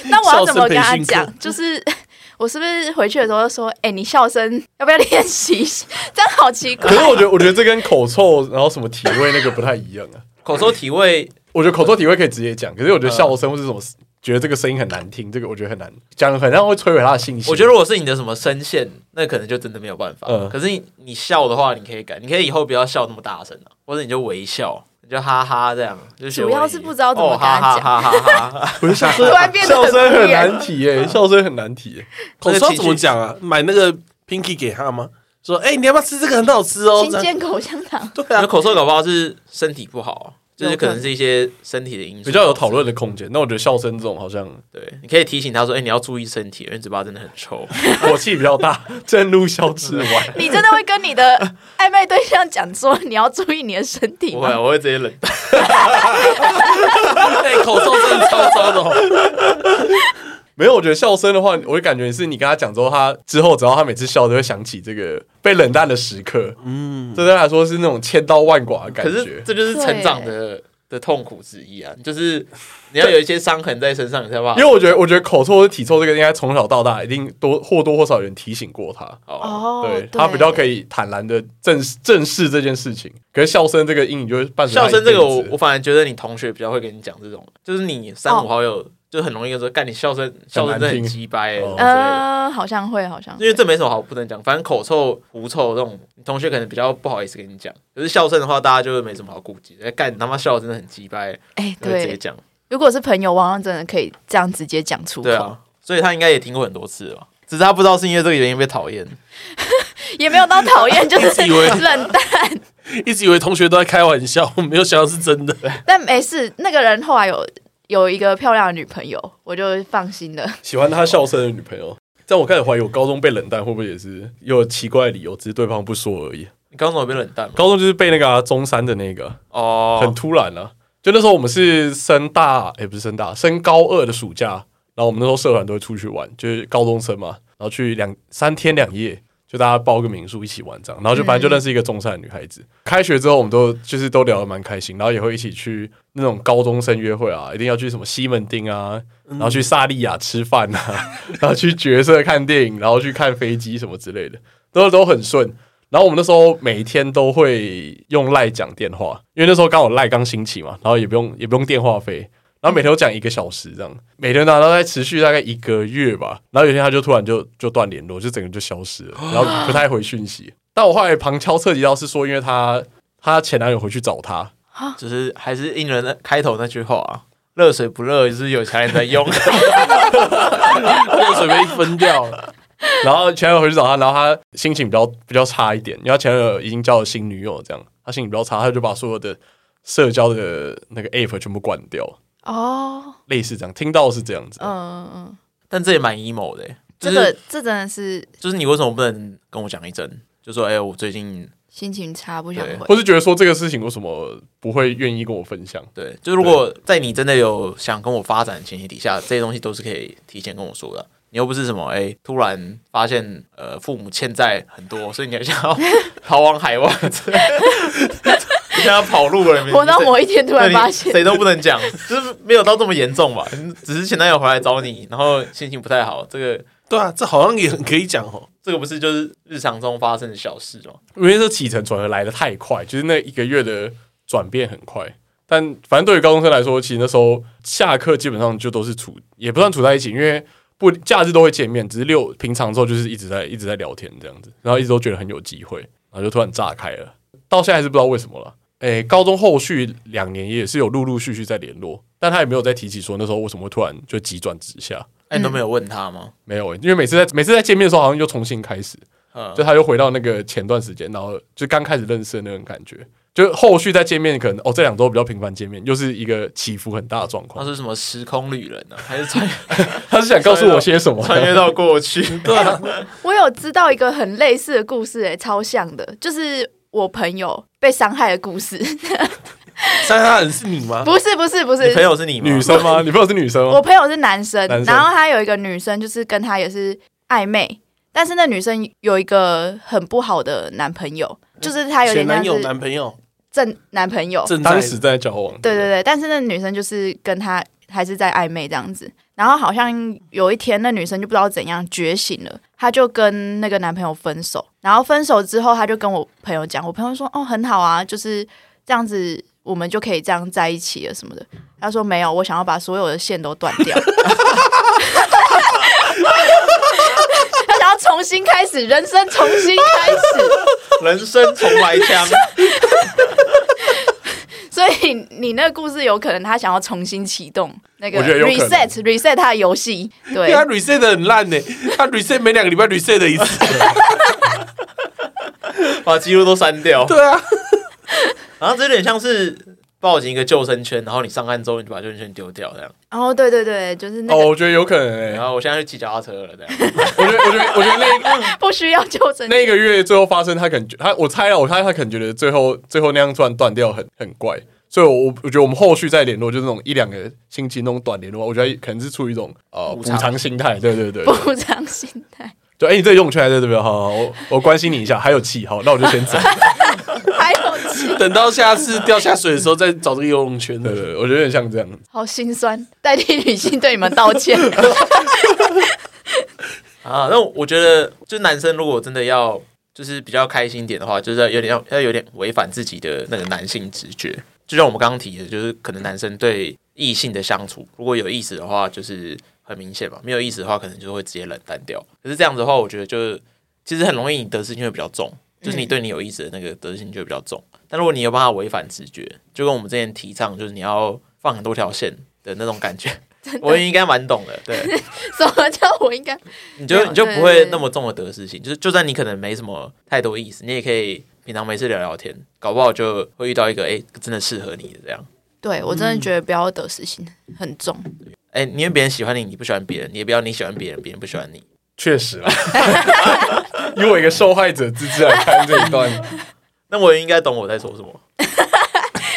S3: 那我要怎么跟
S5: 笑
S3: 他
S5: 声培训课
S3: 讲？就是 我是不是回去的时候就说，哎、你笑声要不要练习？一下？ 这样好奇怪
S2: 可。是我觉得，我觉得这跟口臭，然后什么体味那个不太一样啊。
S1: 口说体位，
S2: 我觉得口臭体味可以直接讲，可是我觉得笑声或是什么，觉得这个声音很难听，这个我觉得很难讲，很让会摧毁他的信心。
S1: 我觉得如果是你的什么声线，那可能就真的没有办法。
S2: 嗯
S1: 可是你你笑的话，你可以改，你可以以后不要笑那么大声了、或者你就微笑，你就哈哈这样。就学
S3: 主要
S1: 微
S3: 是
S1: 笑
S3: 不知道怎
S1: 哦
S3: 么跟他讲
S1: 哈哈哈哈 哈哈
S2: 我就想
S3: 突然变得
S2: 笑
S3: 很
S2: 声很
S3: 敷衍
S2: 难提耶，笑声很难提耶。
S5: 口罩怎么讲啊？买那个 Pinky 给他吗？说，哎、你要不要吃这个？很好吃哦。
S3: 新
S5: 这样
S3: 建口香糖，
S5: 对
S1: 因为
S5: 啊，
S1: 口臭搞不好是身体不好啊，就是
S3: 有
S1: 可
S3: 可能
S1: 能是一些身体的因素
S2: 比较有讨论的空间。那我觉得笑声这种好像
S1: 对，你可以提醒他说：“哎、你要注意身体，因为嘴巴真的很臭。
S2: 火气比较大，正路消之外，
S3: 你真的会跟你的暧昧对象讲说你要注意你的身”体
S1: 不会，啊
S5: 啊
S3: 吗？
S1: 我会直 接冷淡。
S5: 哎、口罩真的超糟的、哦。
S2: 没有。我觉得笑声的话，我就感觉是你跟他讲之后，他之后只要他每次笑，都会想起这个被冷淡的时刻。嗯，这对他来说是那种千刀万剐的 感
S1: 可是
S2: 觉。
S1: 这就是成长的的痛苦之一啊，就是你要有一些伤痕在身上，你才把
S2: 因为我觉得，我觉得口臭或者体臭这个，应该从小到大一定多或多或少有人提醒过他。
S1: 哦，
S3: 哦，
S2: 对他比较可以坦然的正正视这件事情，可是笑声这个阴影就会伴随他
S1: 笑声这个
S2: 一
S1: 我
S2: 辈子
S1: 我反而觉得你同学比较会跟你讲这种，就是你三五
S3: 哦
S1: 好友就很容易就说：“干你笑声笑声真的很鸡掰、欸。”
S2: 哦
S1: 之类的。
S3: 嗯、好像会，好像会
S1: 因为这没什么好不能讲，反正口臭、狐臭这种，你同学可能比较不好意思跟你讲。可是笑声的话，大家就没什么好顾忌。哎，干你他妈笑得真的很鸡掰，
S3: 哎、
S1: 就会直接
S3: 对，
S1: 讲。
S3: 如果是朋友，往往真的可以这样直接讲出口，
S1: 对啊，所以他应该也听过很多次了吧，只是他不知道是因为这个原因被讨厌。
S3: 也没有到讨厌，就是
S5: 以为
S3: 冷淡，
S5: 一直以为同学都在开玩笑， 没有想到是真的。
S3: 但没事。那个人后来有有一个漂亮的女朋友，我就放心了。
S2: 喜欢他笑声的女朋友。但我开始怀疑，我高中被冷淡会不会也是有奇怪的理由，只是对方不说而已。
S1: 你刚刚怎么被冷淡了？
S2: 高中就是被那个、啊、中山的那个啊很
S1: 哦，
S2: 突然啊，就那时候我们是升大，哎、不是升大，升高二的暑假，然后我们那时候社团都会出去玩，就是高中生嘛，然后去两三天两夜，就大家包个民宿一起玩这样，然后就反正就认识一个中山的女孩子。开学之后，我们都就是都聊得蛮开心，然后也会一起去那种高中生约会啊，一定要去什么西门町啊，然后去萨利亚吃饭啊， 然后去角色看电影，然后去看飞机什么之类的，都都很顺。然后我们那时候每天都会用赖讲电话，因为那时候刚好赖刚兴起嘛，然后也不用也不用电话费，然后每天都讲一个小时这样，每天呢、然后在持续大概一个月吧，然后有一天他就突然就就断联络，就整个就消失了，然后不太回讯息。但我后来旁敲侧击到是说，因为她她前男友回去找她，
S1: 只哦是还是应了那开头那句话啊，热水不热，就是有钱人在用。
S5: 热水被分掉了，
S2: 然后前男友回去找她，然后她心情比较比较差一点，因为她前男友已经交了新女友，这样她心情比较差，她就把所有的社交的那个 app 全部关掉，
S3: 哦，
S2: 类似这样，听到是这样子。
S3: 嗯嗯嗯。
S1: 但这也蛮 emo 的欸，就
S3: 这
S1: 是、
S3: 个这真的是
S1: 就是你为什么不能跟我讲一声？就说哎、我最近
S3: 心情差，不想
S1: 对
S2: 或
S3: 回。
S2: 是觉得说这个事情为什么不会愿意跟我分享？
S1: 对，就如果在你真的有想跟我发展的前提底下，这些东西都是可以提前跟我说的。你又不是什么哎、突然发现呃父母欠债很多，所以你还想要逃往海 外，之类的你想要跑路了？
S3: 活到某一天突
S1: 对
S3: 然
S1: 你
S3: 发现，
S1: 谁都不能讲，就是没有到这么严重吧？只是前男友回来找你，然后心情不太好，这个
S5: 对啊，这好像也很可以讲哦。
S1: 这个不是就是日常中发生的小事吗？
S2: 因为这起承转合来的太快，就是那一个月的转变很快。但反正对于高中生来说，其实那时候下课基本上就都是处，也不算处在一起，因为不假日都会见面，只是六平常之后就是一直在一直在聊天这样子，然后一直都觉得很有机会，然后就突然炸开了，到现在还是不知道为什么了。诶、高中后续两年也是有陆陆续续在联络，但他也没有再提起说那时候为什么会突然就急转直下，
S1: 哎、你都没有问他
S3: 嗯
S1: 吗？
S2: 没有、因为每次在每次在见面的时候好像又重新开始，
S1: 嗯，
S2: 就他又回到那个前段时间，然后就刚开始认识的那种感觉，就后续再见面，可能哦这两周比较频繁见面，又是一个起伏很大的状
S1: 他
S2: 况。
S1: 是什么时空旅人呢、啊？还是 穿
S2: 他是想告诉我些什么？
S1: 穿越到过去？对啊，
S3: 我有知道一个很类似的故事、欸，超像的，就是我朋友被伤害 的故事。
S5: 三杀人是你吗？
S3: 不是，不是，不
S1: 啊你朋
S3: 是，
S1: 友是你吗？
S2: 女生吗？你朋友是女生
S3: 我
S1: 哦
S2: 吗？
S3: 朋友是男生，
S2: 男生
S3: 然后他有一个女生，就是跟他也是暧昧，但是那女生有一个很不好的男朋友，就是他有点
S5: 前
S3: 像
S5: 男友、
S3: 是
S5: 男朋友，
S3: 正男朋友，
S5: 正在
S2: 哦当时在交往，
S3: 对对对，但是那女生就是跟他还是在暧昧这样子。然后好像有一天，那女生就不知道怎样觉醒了，她就跟那个男朋友分手。然后分手之后，她就跟我朋友讲，我朋友说：“哦，很好啊，就是这样子，我们就可以这样在一起了什么的。”她说：“没有，我想要把所有的线都断掉。” 她想要重新开始，人生重新开始。
S1: 人生重来枪，
S3: 所以你那个故事有可能他想要重新启动那个
S2: 我觉得有可能啊
S3: reset reset 他的游戏，对
S5: 因为他 reset 的很烂呢，他 reset 每两个礼拜 reset 的 一次。
S1: 把记录都删掉。
S5: 对啊，
S1: 然后这有点像是抱紧一个救生圈，然后你上岸之后你就把救生圈丢掉这样。
S3: 哦，对对对，就是那
S2: 哦，
S3: 个
S2: 我觉得有可能诶、
S1: 然后我现在去骑脚踏车了这样。
S2: 我觉得，我觉得，我觉得 那
S3: 不需要纠正
S2: 那一个月最后发生，他可能觉他，我猜了，我猜他可能觉得最后最后那样突然断掉很很怪，所以我我我觉得我们后续再联络，就是那种一两个星期那种短联络，我觉得可能是出于一种呃
S1: 补
S2: 补
S1: 偿
S2: 偿心态，对 对对，对
S3: 补偿心态，
S2: 就哎、你这个用起来对对对，好好，我我关心你一下，还有气，好，那我就先 走，
S3: 还有气，
S5: 等到下次掉下水的时候再找这个游泳圈
S2: 对对对，我觉得有点像这样，
S3: 好心酸，代替女性对你们道 歉。
S1: 啊，那我觉得，就男生如果真的要就是比较开心一点的话，就是要有点要要有点违反自己的那个男性直觉。就像我们刚刚提的，就是可能男生对异性的相处，如果有意思的话，就是很明显嘛；没有意思的话，可能就会直接冷淡掉。可是这样子的话，我觉得就是其实很容易你得失心会比较重，就是你对你有意思的那个得失心就会比较重。但如果你有办法违反直觉，就跟我们之前提倡，就是你要放很多条线的那种感觉，我应该蛮懂的。对。
S3: 什么叫我应该？
S1: 你
S3: 没
S1: 就
S3: 有
S1: 你就
S3: 对
S1: 不
S3: 对
S1: 会
S3: 对
S1: 那么重的得失心，就是就算你可能没什么太多意思，你也可以平常没事聊聊天，搞不好就会遇到一个哎、诶真的适合你的这样。
S3: 对我真的觉得不要得失心很重，
S1: 哎、你因为别人喜欢你，你不喜欢别人，你也不要你喜欢别人，别人不喜欢你。
S2: 确实啦， 以我一个受害者之姿来看这一段，
S1: 那我应该懂我在说什么。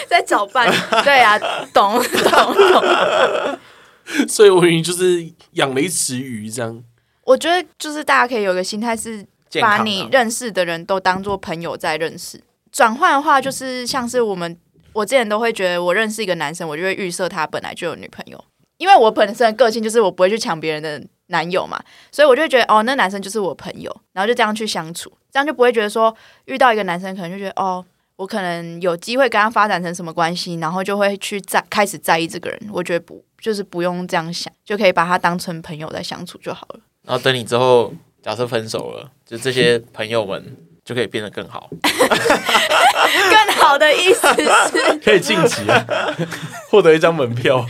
S3: 在找伴。对啊，懂懂懂。
S5: 所以我云就是养了一池鱼这样。
S3: 我觉得就是大家可以有一个心态是，
S1: 健康啊
S3: 把你认识的人都当做朋友在认识。转换的话，
S1: 嗯
S3: 就是像是我们，我之前都会觉得，我认识一个男生，我就会预设他本来就有女朋友，因为我本身的个性就是我不会去抢别人的男友嘛，所以我就会觉得哦，那男生就是我朋友，然后就这样去相处，这样就不会觉得说遇到一个男生可能就觉得哦，我可能有机会跟他发展成什么关系，然后就会去在开始在意这个人。我觉得不就是不用这样想，就可以把他当成朋友在相处就好 了。
S1: 然后等你之后假设分手了，就这些朋友们就可以变得更好。
S3: 更好的意思 是，
S2: 可以晋级 啊，获得一张门票。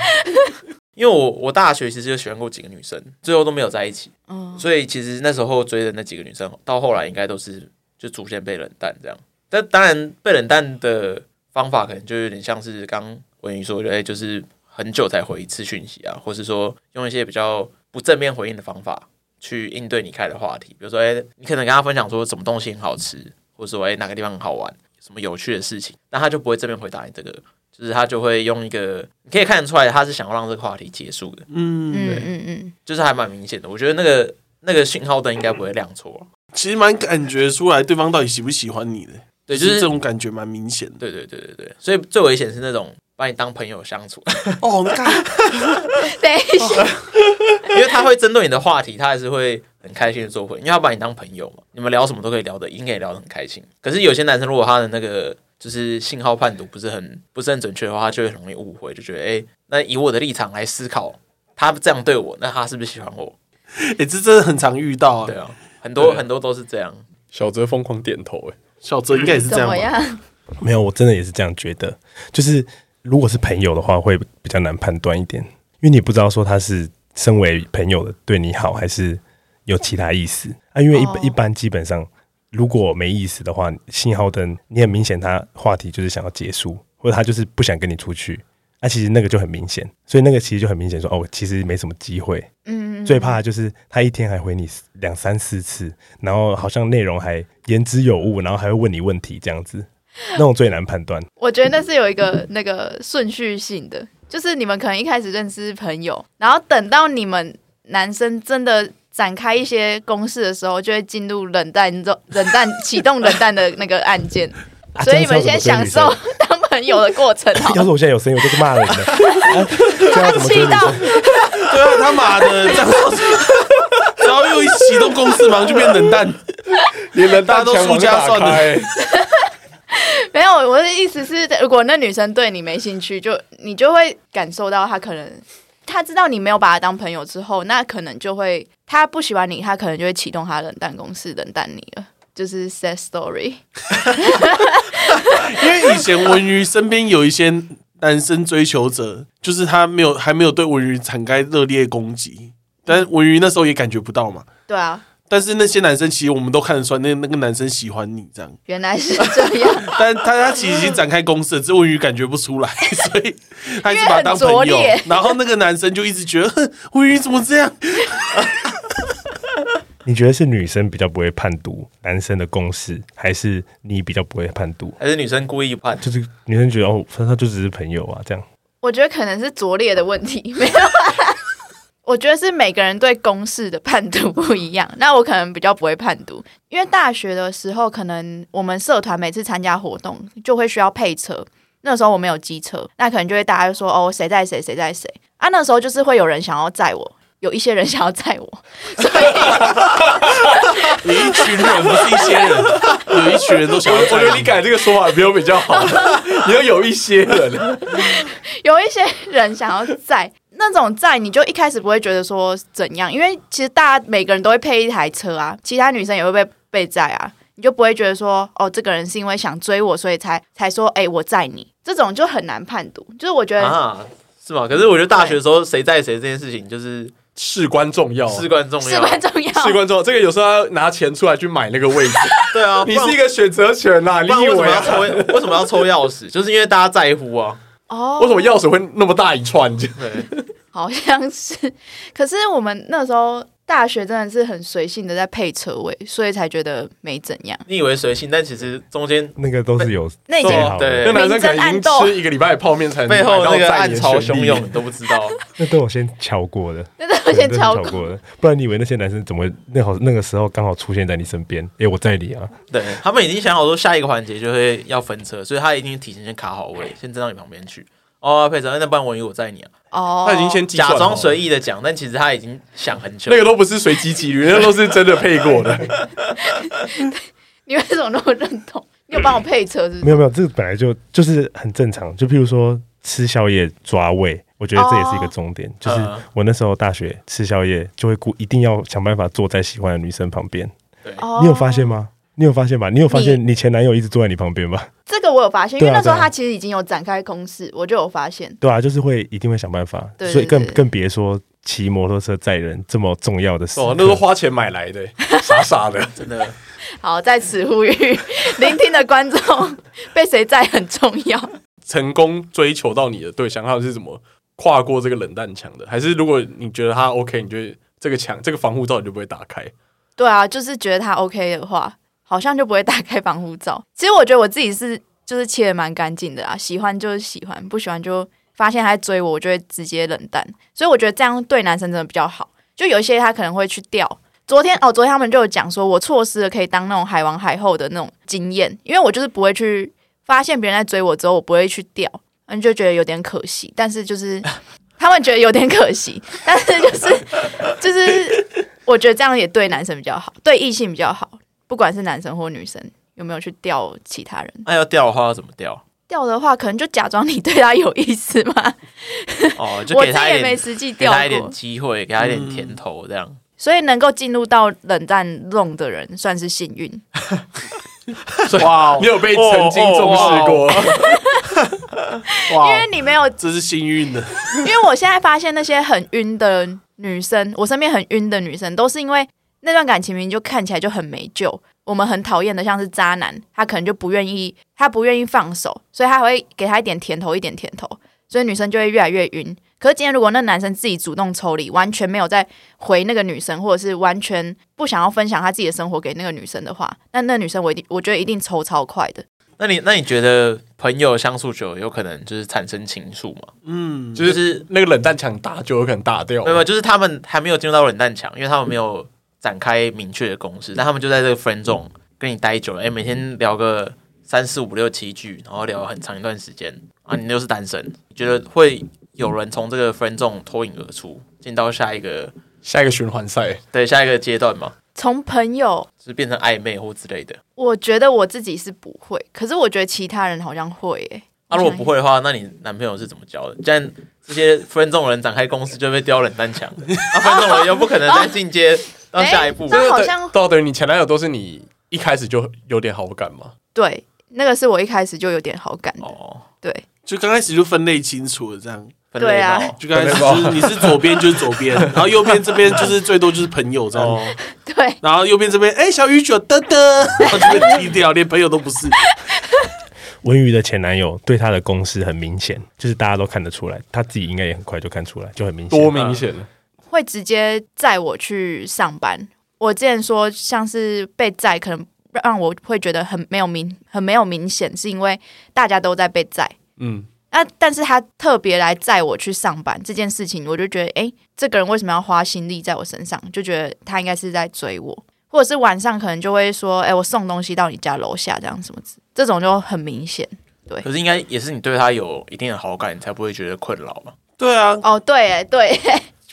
S1: 因为我我大学其实就喜欢过几个女生，最后都没有在一起，
S3: 嗯，
S1: 所以其实那时候追的那几个女生，到后来应该都是就逐渐被冷淡这样。但当然被冷淡的方法，可能就有点像是刚文宇说的，哎、就是很久才回一次讯息啊，或是说用一些比较不正面回应的方法去应对你开的话题，比如说，哎、你可能跟他分享说什么东西很好吃，或者说，哎、哪个地方很好玩，什么有趣的事情，那他就不会正面回答你这个。就是他就会用一个，你可以看得出来，他是想要让这个话题结束的，
S5: 嗯，
S3: 嗯嗯嗯，
S1: 就是还蛮明显的。我觉得那个那个讯号灯应该不会亮错啊，
S5: 其实蛮感觉出来对方到底喜不喜欢你的，
S1: 对，就是
S5: 这种感觉蛮明显的。
S1: 对对对对对，所以最危险是那种把你当朋友相处，
S5: 哦，那干
S3: 等一下，
S1: 因为他会针对你的话题，他还是会很开心的做回应，因为他把你当朋友嘛，你们聊什么都可以聊的，应该也聊得很开心。可是有些男生如果他的那个就是信号判读不是很不是很准确的话，他就会很容易误会，就觉得哎、诶那以我的立场来思考，他这样对我，那他是不是喜欢我？
S5: 哎、这真的很常遇到啊
S1: 对。啊，很多
S2: 对
S1: 很多都是这样。
S2: 小泽疯狂点头、哎，
S5: 小泽应该也是这
S3: 怎
S5: 样
S3: 么
S5: 吧？
S3: 样？
S4: 没有，我真的也是这样觉得。就是如果是朋友的话，会比较难判断一点，因为你不知道说他是身为朋友的对你好，还是有其他意思啊。因为一、
S3: 哦
S4: 一般基本上如果没意思的话，信号灯你很明显他话题就是想要结束，或者他就是不想跟你出去。那、其实那个就很明显，所以那个其实就很明显说，哦，我其实没什么机会。
S3: 嗯，
S4: 最怕的就是他一天还回你两三四次，然后好像内容还言之有物，然后还会问你问题这样子， 那种最难判断。
S3: 我觉得那是有一个那个顺序性的，就是你们可能一开始认识朋友，然后等到你们男生真的展开一些攻势的时候，就会进入冷淡中 冷淡启动冷淡的那个按键，
S4: 啊。
S3: 所以你们先享受 当朋友的过程
S4: 这样
S3: 好
S4: 子要怎
S3: 了。
S4: 么追女生要是我现在有声音，我就是骂 人的。啊这样怎么追
S3: 气
S4: 女
S3: 到
S4: 生？
S5: 对啊，他妈的，这样子只要又一启动公司，马上就变 冷淡。
S2: 连人
S5: 大家都输家算了
S2: 了。
S3: 没有，我的意思是，如果那女生对你没兴趣，就你就会感受到她可能，她知道你没有把她当朋友之后，那可能就会她不喜欢你，她可能就会启动她冷淡攻势，冷淡你了，就是 sad story。
S5: 因为以前文娱身边有一些男生追求者，就是他没有还没有对文娱展开热烈攻击，但文娱那时候也感觉不到嘛。
S3: 对啊，
S5: 但是那些男生其实我们都看得出来，那那个男生喜欢你这样，
S3: 原来是这样，
S5: 但他他其实已经展开攻势了，只是文宇感觉不出来， 所以他一直把他当朋
S3: 因为很
S5: 友
S3: 拙劣。
S5: 然后那个男生就一直觉得哼文宇怎么这样，
S4: 你觉得是女生比较不会判读男生的公式，还是你比较不会判读？
S1: 还是女生故意判？
S4: 就是女生觉得哦，他他就只是朋友啊，这样。
S3: 我觉得可能是拙劣的问题， 没有啊。我觉得是每个人对公式的判读不一样。那我可能比较不会判读，因为大学的时候，可能我们社团每次参加活动就会需要配车。那时候我没有机车，那可能就会大家就说哦，谁载谁，谁载谁啊？那时候就是会有人想要载我，有一些人想要载我，所以
S5: 有一群人不是一些人，有一群 人都想要
S2: 我觉得
S5: 在
S2: 你
S5: 一起。
S2: 改这个说法没有比较 好，你要有一些人。
S3: 有一些人想要载那种载，你就一开始不会觉得说怎样，因为其实大家每个人都会配一台车啊，其他女生也会被被载啊，你就不会觉得说哦，这个人是因为想追我，所以才才说哎、我载你，这种就很难判读。就是我觉得、
S1: 啊，是吗？可是我觉得大学的时候谁在谁这件事情就是
S2: 事关重要啊，
S1: 至关重
S3: 事
S1: 要。
S3: 关重要，
S2: 事关重要。这个有时候要拿钱出来去买那个 位置，
S1: 对啊，
S2: 你
S1: 不然
S2: 是一个选择权啦。你
S1: 不然
S2: 以
S1: 为什么
S2: 为
S1: 要
S2: 啊？
S1: 抽？ 为什么要抽钥匙？就是因为大家在乎啊。
S3: 哦，
S2: 为什么钥匙会那么大一串？就
S1: 对，
S3: 好像是，可是我们那时候大学真的是很随性的在配车位，所以才觉得没怎样。
S1: 你以为随性，但其实中间
S4: 那个都是有
S3: 那已经
S2: 啊
S1: 对
S4: 对好
S2: 那男生可能已经
S3: 明争暗斗
S2: 吃一个礼拜的泡面才能
S1: 背后
S2: 买到
S1: 那个
S2: 在
S1: 暗
S2: 野
S1: 潮
S2: 权
S1: 汹
S2: 利
S1: 涌，你都不知 道。
S4: 那都有先瞧 过的，
S3: 那都先
S4: 对
S3: 超
S4: 都是过的，不然你以为那些男生怎么会那好那个时候刚好出现在你身边？诶，我在你啊，
S1: 对他们已经想好说下一个环节就会要分车，所以他一定提前先卡好位，先站到你旁边去。哦，佩哲，那不然文宇我载你啊，
S3: 哦，
S2: 他已经先计算好
S1: 假
S2: 了
S1: 装随意的讲，但其实他已经想很久
S2: 那。个都不是随机几率，那都是真的配过 的。
S3: 你为什么那么认同？你有帮我配车是不是？
S4: 没有没有，这个本来就就是很正常。就譬如说吃宵夜抓胃，我觉得这也
S3: 哦
S4: 是一个重点。就是
S3: 嗯
S4: 我那时候大学吃宵夜就会故一定要想办法坐在喜欢的女生旁边，
S3: 哦
S4: 你有发现吗？你有发现吧？你有发现你前男友一直坐在你旁边吧？
S3: 这个？我有发现，因
S4: 对啊
S3: 为那时候
S4: 对啊
S3: 他其实已经有展开攻势，我就有发现。
S4: 对啊，就是会一定会想办法，
S3: 对对
S4: 所以更
S3: 对
S4: 更别说骑摩托车载人这么重要的事。
S2: 哦，那都花钱买来的，傻傻的。
S1: 真的，
S3: 好，在此呼吁 聆听的观众， 被谁在很重要。
S2: 成功追求到你的对象，他是怎么跨过这个冷淡墙的？还是如果你觉得他 OK，你觉得这个墙这个防护罩你就不会打开？
S3: 对啊，就是觉得他 OK 的话，好像就不会打开防护罩。其实我觉得我自己是就是切的蛮干净的啊，喜欢就是喜欢，不喜欢就发现他在追我，我就会直接冷淡。所以我觉得这样对男生真的比较好。就有一些他可能会去钓。昨天哦，昨天他们就有讲说，我错失了可以当那种海王海后的那种经验，因为我就是不会去发现别人在追我之后，我不会去钓，嗯，就觉得有点可惜。但是就是 他们觉得有点可惜，但是就是就是我觉得这样也对男生比较好，对异性比较好，不管是男生或女生，有没有去钓其他人？
S1: 那要哎掉的话要怎么掉？
S3: 钓的话，可能就假装你对他有意思嘛。
S1: 哦， 就
S3: 我
S1: 给
S3: 自己
S1: 他一
S3: 也没
S1: 点，
S3: 实际
S1: 给
S3: 钓
S1: 他一点
S3: 过，
S1: 机会，给他一点甜头，这样。
S3: 所以能够进入到冷战弄的人算是幸运。
S5: 哇哦
S2: 你有被曾经重视过？
S5: 哇
S3: 因
S5: 哦
S3: 为你没有，
S5: 这是幸运的，
S3: 因为我现在发现那些很晕的女生，我身边很晕的女生，都是因为那段感情明明就看起来就很没救，我我们很讨厌的，像是渣男，他可能就不愿意，他不愿意放手，所以他会给他一点甜头，一点甜头，所以女生就会越来越晕。可是今天如果那男生自己主动抽离，完全没有在回那个女生，或者是完全不想要分享他自己的生活给那个女生的话，那那女生我一定我觉得一定抽超快的。
S1: 那你那你觉得朋友相处久了有可能就是产生情愫吗？
S5: 嗯，
S2: 就
S1: 就是是
S2: 那个冷淡墙打就有啊可能打掉
S1: 没。有，没有就是他们还没有进入到冷淡墙，因为他们没有展开明确的共识，但他们就在这个 friend 中跟你待久了，哎，每天聊个三四五六七句，然后聊很长一段时间啊，你又是单身，你觉得会有人从这个 friend 中脱颖而出，进到下一个
S2: 下一个循环赛，
S1: 对下一个阶段吗？
S3: 从朋友，
S1: 就是变成暧昧或之类的。
S3: 我觉得我自己是不会，可是我觉得其他人好像会欸耶、
S1: 那、如果不会的话，那你男朋友是怎么教的？既然这些 friend 这种人展开公司就被刁冷淡墙，啊，friend 这种人又不可能再进阶到下一步。
S3: 哎那好像
S2: 到等于你前男友都是你一开始就有点好感嘛？
S3: 对，那个是我一开始就有点好感的。
S1: 哦，
S3: 对，
S5: 就刚开始就分类清楚了，这样
S1: 分类到
S3: 对啊
S5: 就刚开始就是你是左边就是左边，然后右边这边就是最多就是朋友这样。
S1: 哦，
S3: 对，
S5: 然后右边这边，哎、小雨九的的，然后就被踢掉，连朋友都不是。
S4: 文宇的前男友对他的攻势很明显，就是大家都看得出来，他自己应该也很快就看出来，就很明显。
S2: 多明显！
S1: 啊
S3: 会直接载我去上班。我之前说像是被载，可能让我会觉得很没有明，很没有明显，是因为大家都在被载。
S2: 嗯，
S3: 那、但是他特别来载我去上班这件事情，我就觉得，哎、这个人为什么要花心力在我身上？就觉得他应该是在追我，或者是晚上可能就会说，哎、我送东西到你家楼下，这样什么之，这种就很明显。
S1: 可是应该也是你对他有一定的好感，你才不会觉得困扰嘛。
S5: 对啊，
S3: 哦，对耶， 对，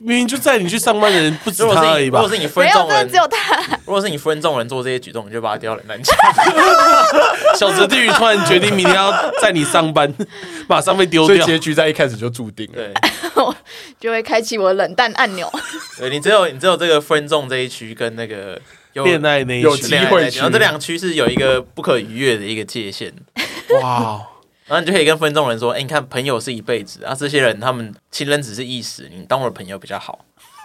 S5: 明明就载你去上班的人不止
S1: 如果
S5: 他
S1: 是
S5: 而
S1: 你，
S5: 已
S1: 如
S5: 吧
S1: 果？是你
S3: 没
S1: friend
S3: 有，
S1: 中
S3: 真的
S1: 人
S3: 只，有他。
S1: 如果是你 friend 中人做这些举动，你就把他刁冷淡墙。
S5: 小泽地狱突然决定明天要载你 上班，马上被丢
S2: 所以
S5: 掉。
S2: 结局在一开始就注定了。
S1: 对，
S3: 就会开启我冷淡按钮。
S1: 对你只有你只有这个 friend 中这一区跟那个有
S5: 恋爱那一
S2: 有
S5: 群
S2: 机
S1: 恋爱
S2: 会
S1: 那一区
S2: 区
S1: 然后这两区是有一个不可逾越的一个界限。
S5: 哇，
S1: 然后你就可以跟分众人说：“哎、你看，朋友是一辈子啊，这些人他们情人只是一时，你当我的朋友比较好。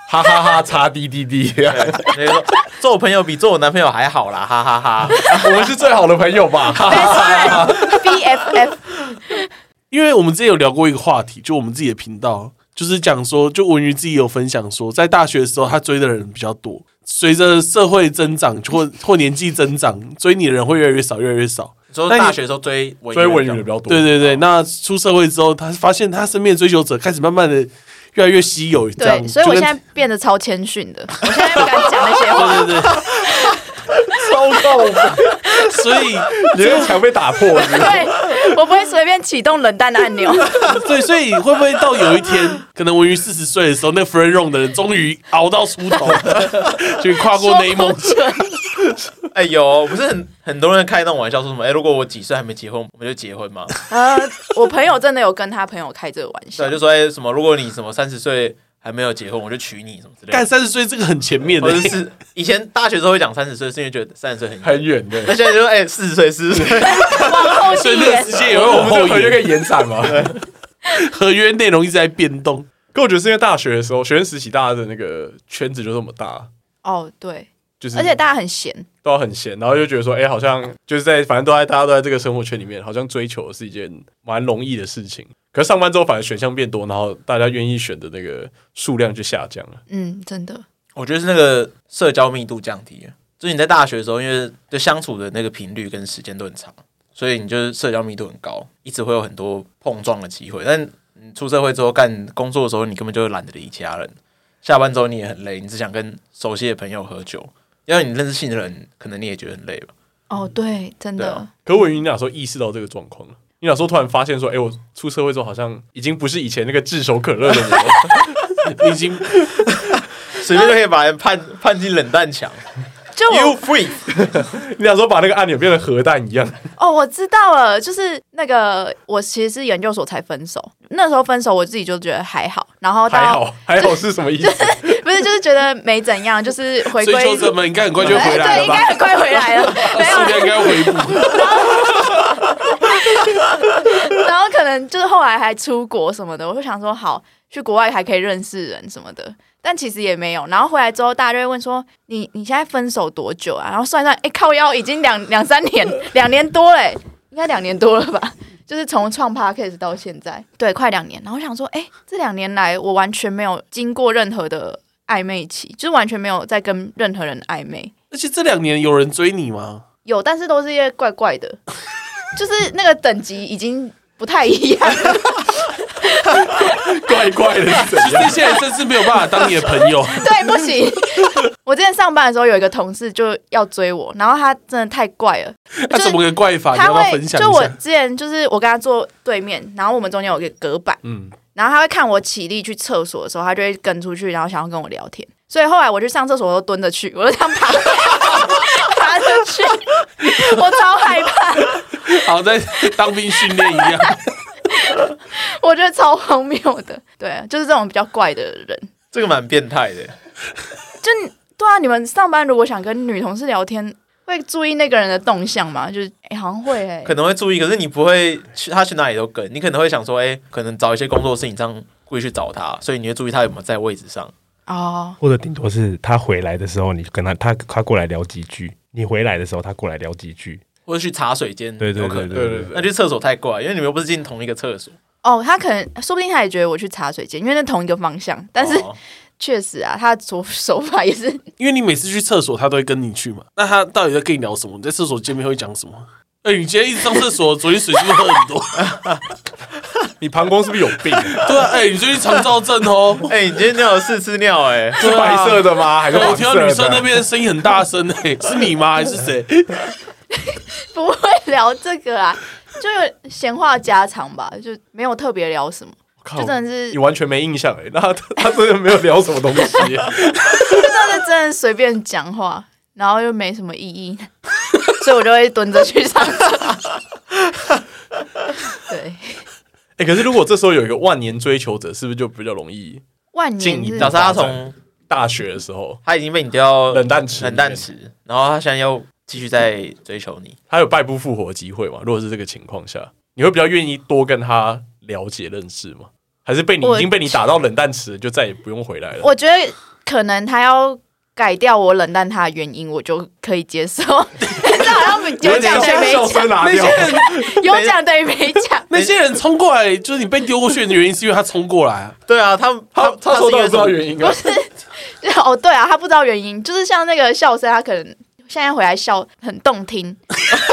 S2: 哈哈哈，叉滴滴滴，
S1: 所以说，做我朋友比做我男朋友还好啦，哈哈哈
S2: 我们是最好的朋 友吧？
S3: B F F，
S5: 因为我们之前有聊过一个话题，就我们自己的频道，就是讲说，就文娱自己有分享说，在大学的时候他追的人比较多，随着社会增长或或年纪增长，追你的人会越来越少，越来越少。
S1: 你说
S5: 那你
S1: 大学的时候追文
S2: 追文
S1: 员
S2: 语的比较多。
S5: 对对对，那出社会之后，他发现他身边的追求者开始慢慢的越来越稀有，这样。
S3: 对，所以我
S5: 就
S3: 现
S5: 跟
S3: 在变得超谦逊的，我现在不敢讲那些话。
S5: 对对对，
S2: 糟糕，
S5: 所以
S2: 你这个墙被打破了。
S3: 对，我不会随便启动冷淡按钮。
S5: 对， 所以会不会到有一天， 可能文娱四十岁的时候，那 friend room 的人终于熬到出 头，就跨过那一梦。
S1: 哎呦，不是很很多人开那种玩笑说什么？哎、如果我几岁还没结婚，我就结婚嘛？
S3: 呃，我朋友真的有跟他朋友开这个玩笑
S1: 对，，就说哎、什么？如果你什么三十岁还没有结婚，我就娶你什么之类
S5: 干
S1: 的。
S5: 三十岁这个很前面欸
S1: 或
S5: 的，
S1: 者是以前大学的时候会讲三十岁，是因为觉得三十岁很
S2: 很
S1: 远。
S2: 远的，
S1: 那现在就说哎，四十岁，四十岁，
S3: 往后
S5: 所以
S3: 递
S5: 那
S3: 延
S5: 个时。间也会
S2: 我
S5: 往
S2: 们这
S5: 后
S2: 个合约可
S5: 延，
S2: 以延展吗？
S5: 合约内容一直在变动。
S2: 可我觉得是因为大学的时候，学生实习大家的那个圈子就这么大，
S3: 哦，对，
S2: 就是
S3: 而且大家很闲，
S2: 都很闲，然后就觉得说，哎、好像就是在反正都在大家都在这个生活圈里面，好像追求是一件蛮容易的事情。可是上班之后，反而选项变多，然后大家愿意选的那个数量就下降了。
S3: 嗯，真的。
S1: 我觉得是那个社交密度降低了。就是你在大学的时候，因为就相处的那个频率跟时间都很长，所以你就是社交密度很高，一直会有很多碰撞的机会。但你出社会之后干工作的时候，你根本就懒得理其他人。下班之后你也很累，你只想跟熟悉的朋友喝酒。因为你认识新的人，可能你也觉得很累吧？
S3: 哦，对，真
S1: 对
S3: 的
S1: 啊。
S2: 可我以为你俩说意识到这个状况了，你俩说突然发现说，哎、我出社会之后好像已经不是以前那个炙手可热的我了。
S5: 你已 经
S1: 随便就可以把人判判进冷淡墙。
S3: 就
S1: You
S3: 我
S1: free，
S2: 你俩说把那个按钮变成核弹一样，
S3: 哦，我知道了，就是那个我其实是研究所才分手，那时候分手我自己就觉得还好，然后
S2: 还
S3: 到
S2: 好啊还好是什么意思？
S3: 不是就是觉得没怎样，就是回
S5: 追
S3: 归哎
S5: 求者们应该很快就会回来
S3: 对，
S5: 了
S3: 应该
S5: 吧？
S3: 很快回来 了，没有啊
S5: 数
S3: 啦
S5: 量应该回补。
S3: 然后可能就是后来还出国什么的，我就想说好去国外还可以认识人什么的，但其实也没有。然后回来之后，大家就会问说：“你你现在分手多久啊？”然后算一算，哎、靠腰已经两两三 年，两年多嘞，应该两年多了吧？就是从创 podcast 到现在，对，快两年。然后我想说，哎、这两年来我完全没有经过任何的暧昧期，就是完全没有在跟任何人暧昧。
S5: 而且这两年有人追你吗？
S3: 有，但是都是一些怪怪的，就是那个等级已经不太一样了。
S2: 怪怪的啊是怎
S5: 这
S2: 样？
S5: 些人真是没有办法当你的朋 友。
S3: 对，不行。我之前上班的时候有一个同事就要追我，然后他真的太怪了，
S5: 那怎么个怪啊法？你
S3: 他
S5: 要不要
S3: 会
S5: 分享
S3: 就
S5: 一
S3: 我
S5: 下？
S3: 之前就是我跟他坐对面，然后我们中间有一个隔板，
S2: 嗯，
S3: 然后他会看我起立去厕所的时候，他就会跟出去，然后想要跟我聊天。所以后来我去上厕所，我都蹲着去，我就这样爬 爬着去， 我超害怕，
S5: 好像在当兵训练一样。
S3: 我觉得超荒谬的。对，啊就是这种比较怪的人。
S1: 这个蛮变态的。
S3: 就你对啊，你们上班如果想跟女同事聊天，会注意那个人的动向吗？就是哎、好像会哎、
S1: 可能会注意，可是你不会去他去哪里都跟，你可能会想说，哎、可能找一些工作事情上故意去找他，所以你会注意他有没有在位置上。
S3: 哦，
S4: 或者顶多是他回来的时候，你跟他他他过来聊几句，你回来的时候他过来聊几句，
S1: 或者去茶水间，
S4: 对对
S1: 有可
S4: 对
S1: 能。
S2: 对
S4: 对
S2: 对
S4: 对，
S1: 那去厕所太怪，因为你们又不是进同一个厕所。
S3: 哦，他可能说不定他也觉得我去茶水间，因为那同一个方向。但是
S1: 哦
S3: 确实啊，他的手手法也是，
S5: 因为你每次去厕所，他都会跟你去嘛。那他到底在跟你聊什么？你在厕所见面会讲什么？哎、你今天一直上厕所，昨天水是不是喝很多？
S2: 你膀胱是不是有病？
S5: 对啊，哎、你最近肠燥症哦。
S1: 哎、你今天尿了四次尿、 哎，
S2: 是白色的吗？还是
S5: 啊哎我
S2: 黄
S5: 听
S2: 色
S5: 到
S2: 的？
S5: 女生那边声音很大声诶、是你吗？还是谁？
S3: 不会聊这个啊，就有闲话家常吧，就没有特别聊什么，
S2: 靠
S3: 就真的是
S2: 你完全没印象哎，那他他真的没有聊什么东西，欸
S3: 真的真的随便讲话，然后又没什么意义， 所以我就会蹲着去上厕所。 对，
S2: 哎，可是如果这时候有一个万年追求者，是不是就比较容易？
S3: 万
S2: 敬
S3: 年
S2: 你
S3: 是
S1: 假设他从
S2: 大学的时候，
S1: 他已经被你掉
S2: 嗯冷淡池，
S1: 冷淡，池，然后他现在又继续在追求你，
S2: 他有败不复活的机会吗？如果是这个情况下，你会比较愿意多跟他了解认识吗？还是被你
S3: 我
S2: 已经被你打到冷淡池，就再也不用回来了？
S3: 我觉得可能他要改掉我冷淡他的原因，我就可以接受。 这好像有讲等于没
S2: 笑声
S3: 讲，
S2: 拿
S5: 那
S2: 掉
S5: 些，人，
S3: 有讲等于没讲。
S5: 那些人冲过来，就是你被丢过去的原因，是因为他冲过来啊。
S1: 对啊，他
S2: 他他
S1: 是
S2: 说
S1: 因
S2: 到
S1: 为
S2: 底
S1: 什
S2: 知
S1: 么
S2: 道原因
S3: 不
S2: 啊？
S3: 是，哦，对啊，他不知道原因，就是像那个笑声，他可能现在回来笑很动听，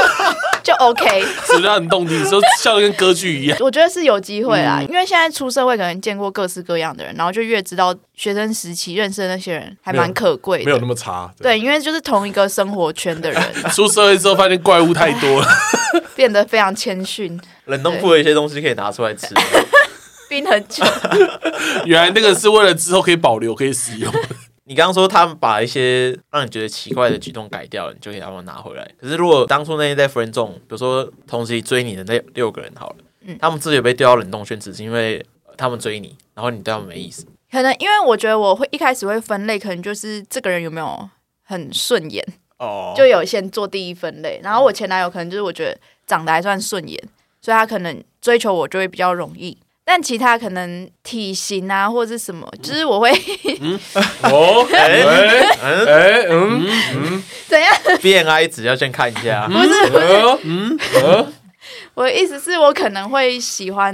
S3: 就 OK。
S5: 什么叫很动听？说笑得跟歌剧一样。
S3: 我觉得是有机会
S2: 嗯
S3: 啦，因为现在出社会，可能见过各式各样的人，然后就越知道学生时期认识的那些人还蛮可贵
S2: 没有
S3: 的
S2: 那。么差，
S3: 对，因为就是同一个生活圈 的人，
S5: 出社会之后，发现怪物太多了。
S3: 变得非常谦逊，
S1: 冷冻库的一些东西可以拿出来吃。
S3: 冰很久。
S5: 原来那个是为了之后可以保留、可以 使用。
S1: 你刚刚说他们把一些让你觉得奇怪的举动改掉了，你就可以把它们拿回来。可是如果当初那些在 friend 中，比如说同时追你的那六个人好了，
S3: 嗯
S1: 他们自己被丢到冷冻圈，只是因为呃他们追你，然后你对他们没意思。
S3: 可能因为我觉得我会一开始会分类，可能就是这个人有没有很顺眼，
S1: 哦
S3: 就有先做第一分类。然后我前男友可能就是我觉得长得还算顺眼，所以他可能追求我就会比较容易。但其他可能体型啊或者是什么，就是我会
S2: 哦，哎哎嗯
S3: 怎样？
S1: BMI 值要先看一下，
S3: 不是不是，
S2: 呃嗯呃，
S3: 我的意思是我可能会喜欢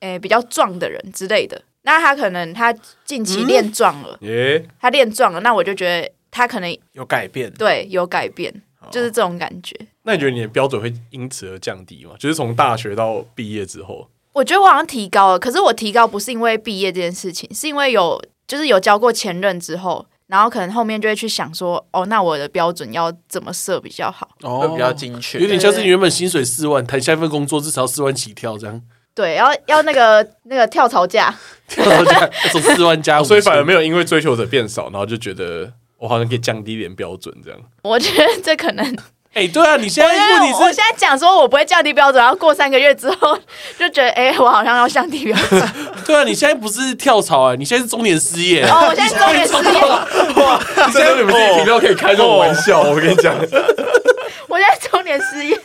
S3: 诶、比较壮的人之类的。那他可能他近期练壮了，
S2: 耶，
S3: 他练壮了，那我就觉得他可能
S1: 嗯有改变。哦
S3: 对有改变，就是这种感觉。
S2: 那你觉得你的标准会因此而降低吗？就是从大学到毕业之后，
S3: 我觉得我好像提高了，可是我提高不是因为毕业这件事情，是因为有就是有交过前任之后，然后可能后面就会去想说，哦，那我的标准要怎么设比较好？
S5: 哦
S1: 会比较精确，
S5: 有点像是你原本薪水四万，谈下一份工作至少四万起跳这样，
S3: 对，要要那个那个跳槽价，
S5: 跳到家从四万 加，
S2: 所以反而
S5: 没
S2: 没有因为追求者变少，然后就觉得我好像可以降低一点标准这样。
S3: 我觉得这可能。
S5: 哎，对啊，你现
S3: 因为
S5: 在问
S3: 我我
S5: 题
S3: 现在讲说我不会降低标准，然后过三个月之后就觉得，哎、我好像要降低标准。
S5: 是对啊，你现在不是跳槽啊，你现在是中年失业，
S3: 哦，我现在中年失业，
S2: 啊现在你们自己频道可以开这种玩笑，我跟你讲，
S3: 我现在中年失业，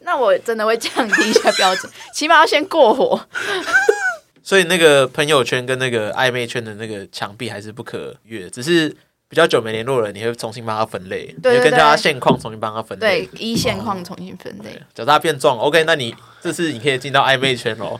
S3: 那我真的会降低一下标准，起码要先过火。
S1: 所以那个朋友圈跟那个暧昧圈的那个墙壁还是不可越，只是比较久没联络了，你会重新帮他分类，
S3: 对对
S1: 你会
S3: 对
S1: 跟他现况重新帮他分类
S3: 对。，依现况重新分类。
S1: 脚大变壮，OK，那你这次你可以进到暧昧圈 喽。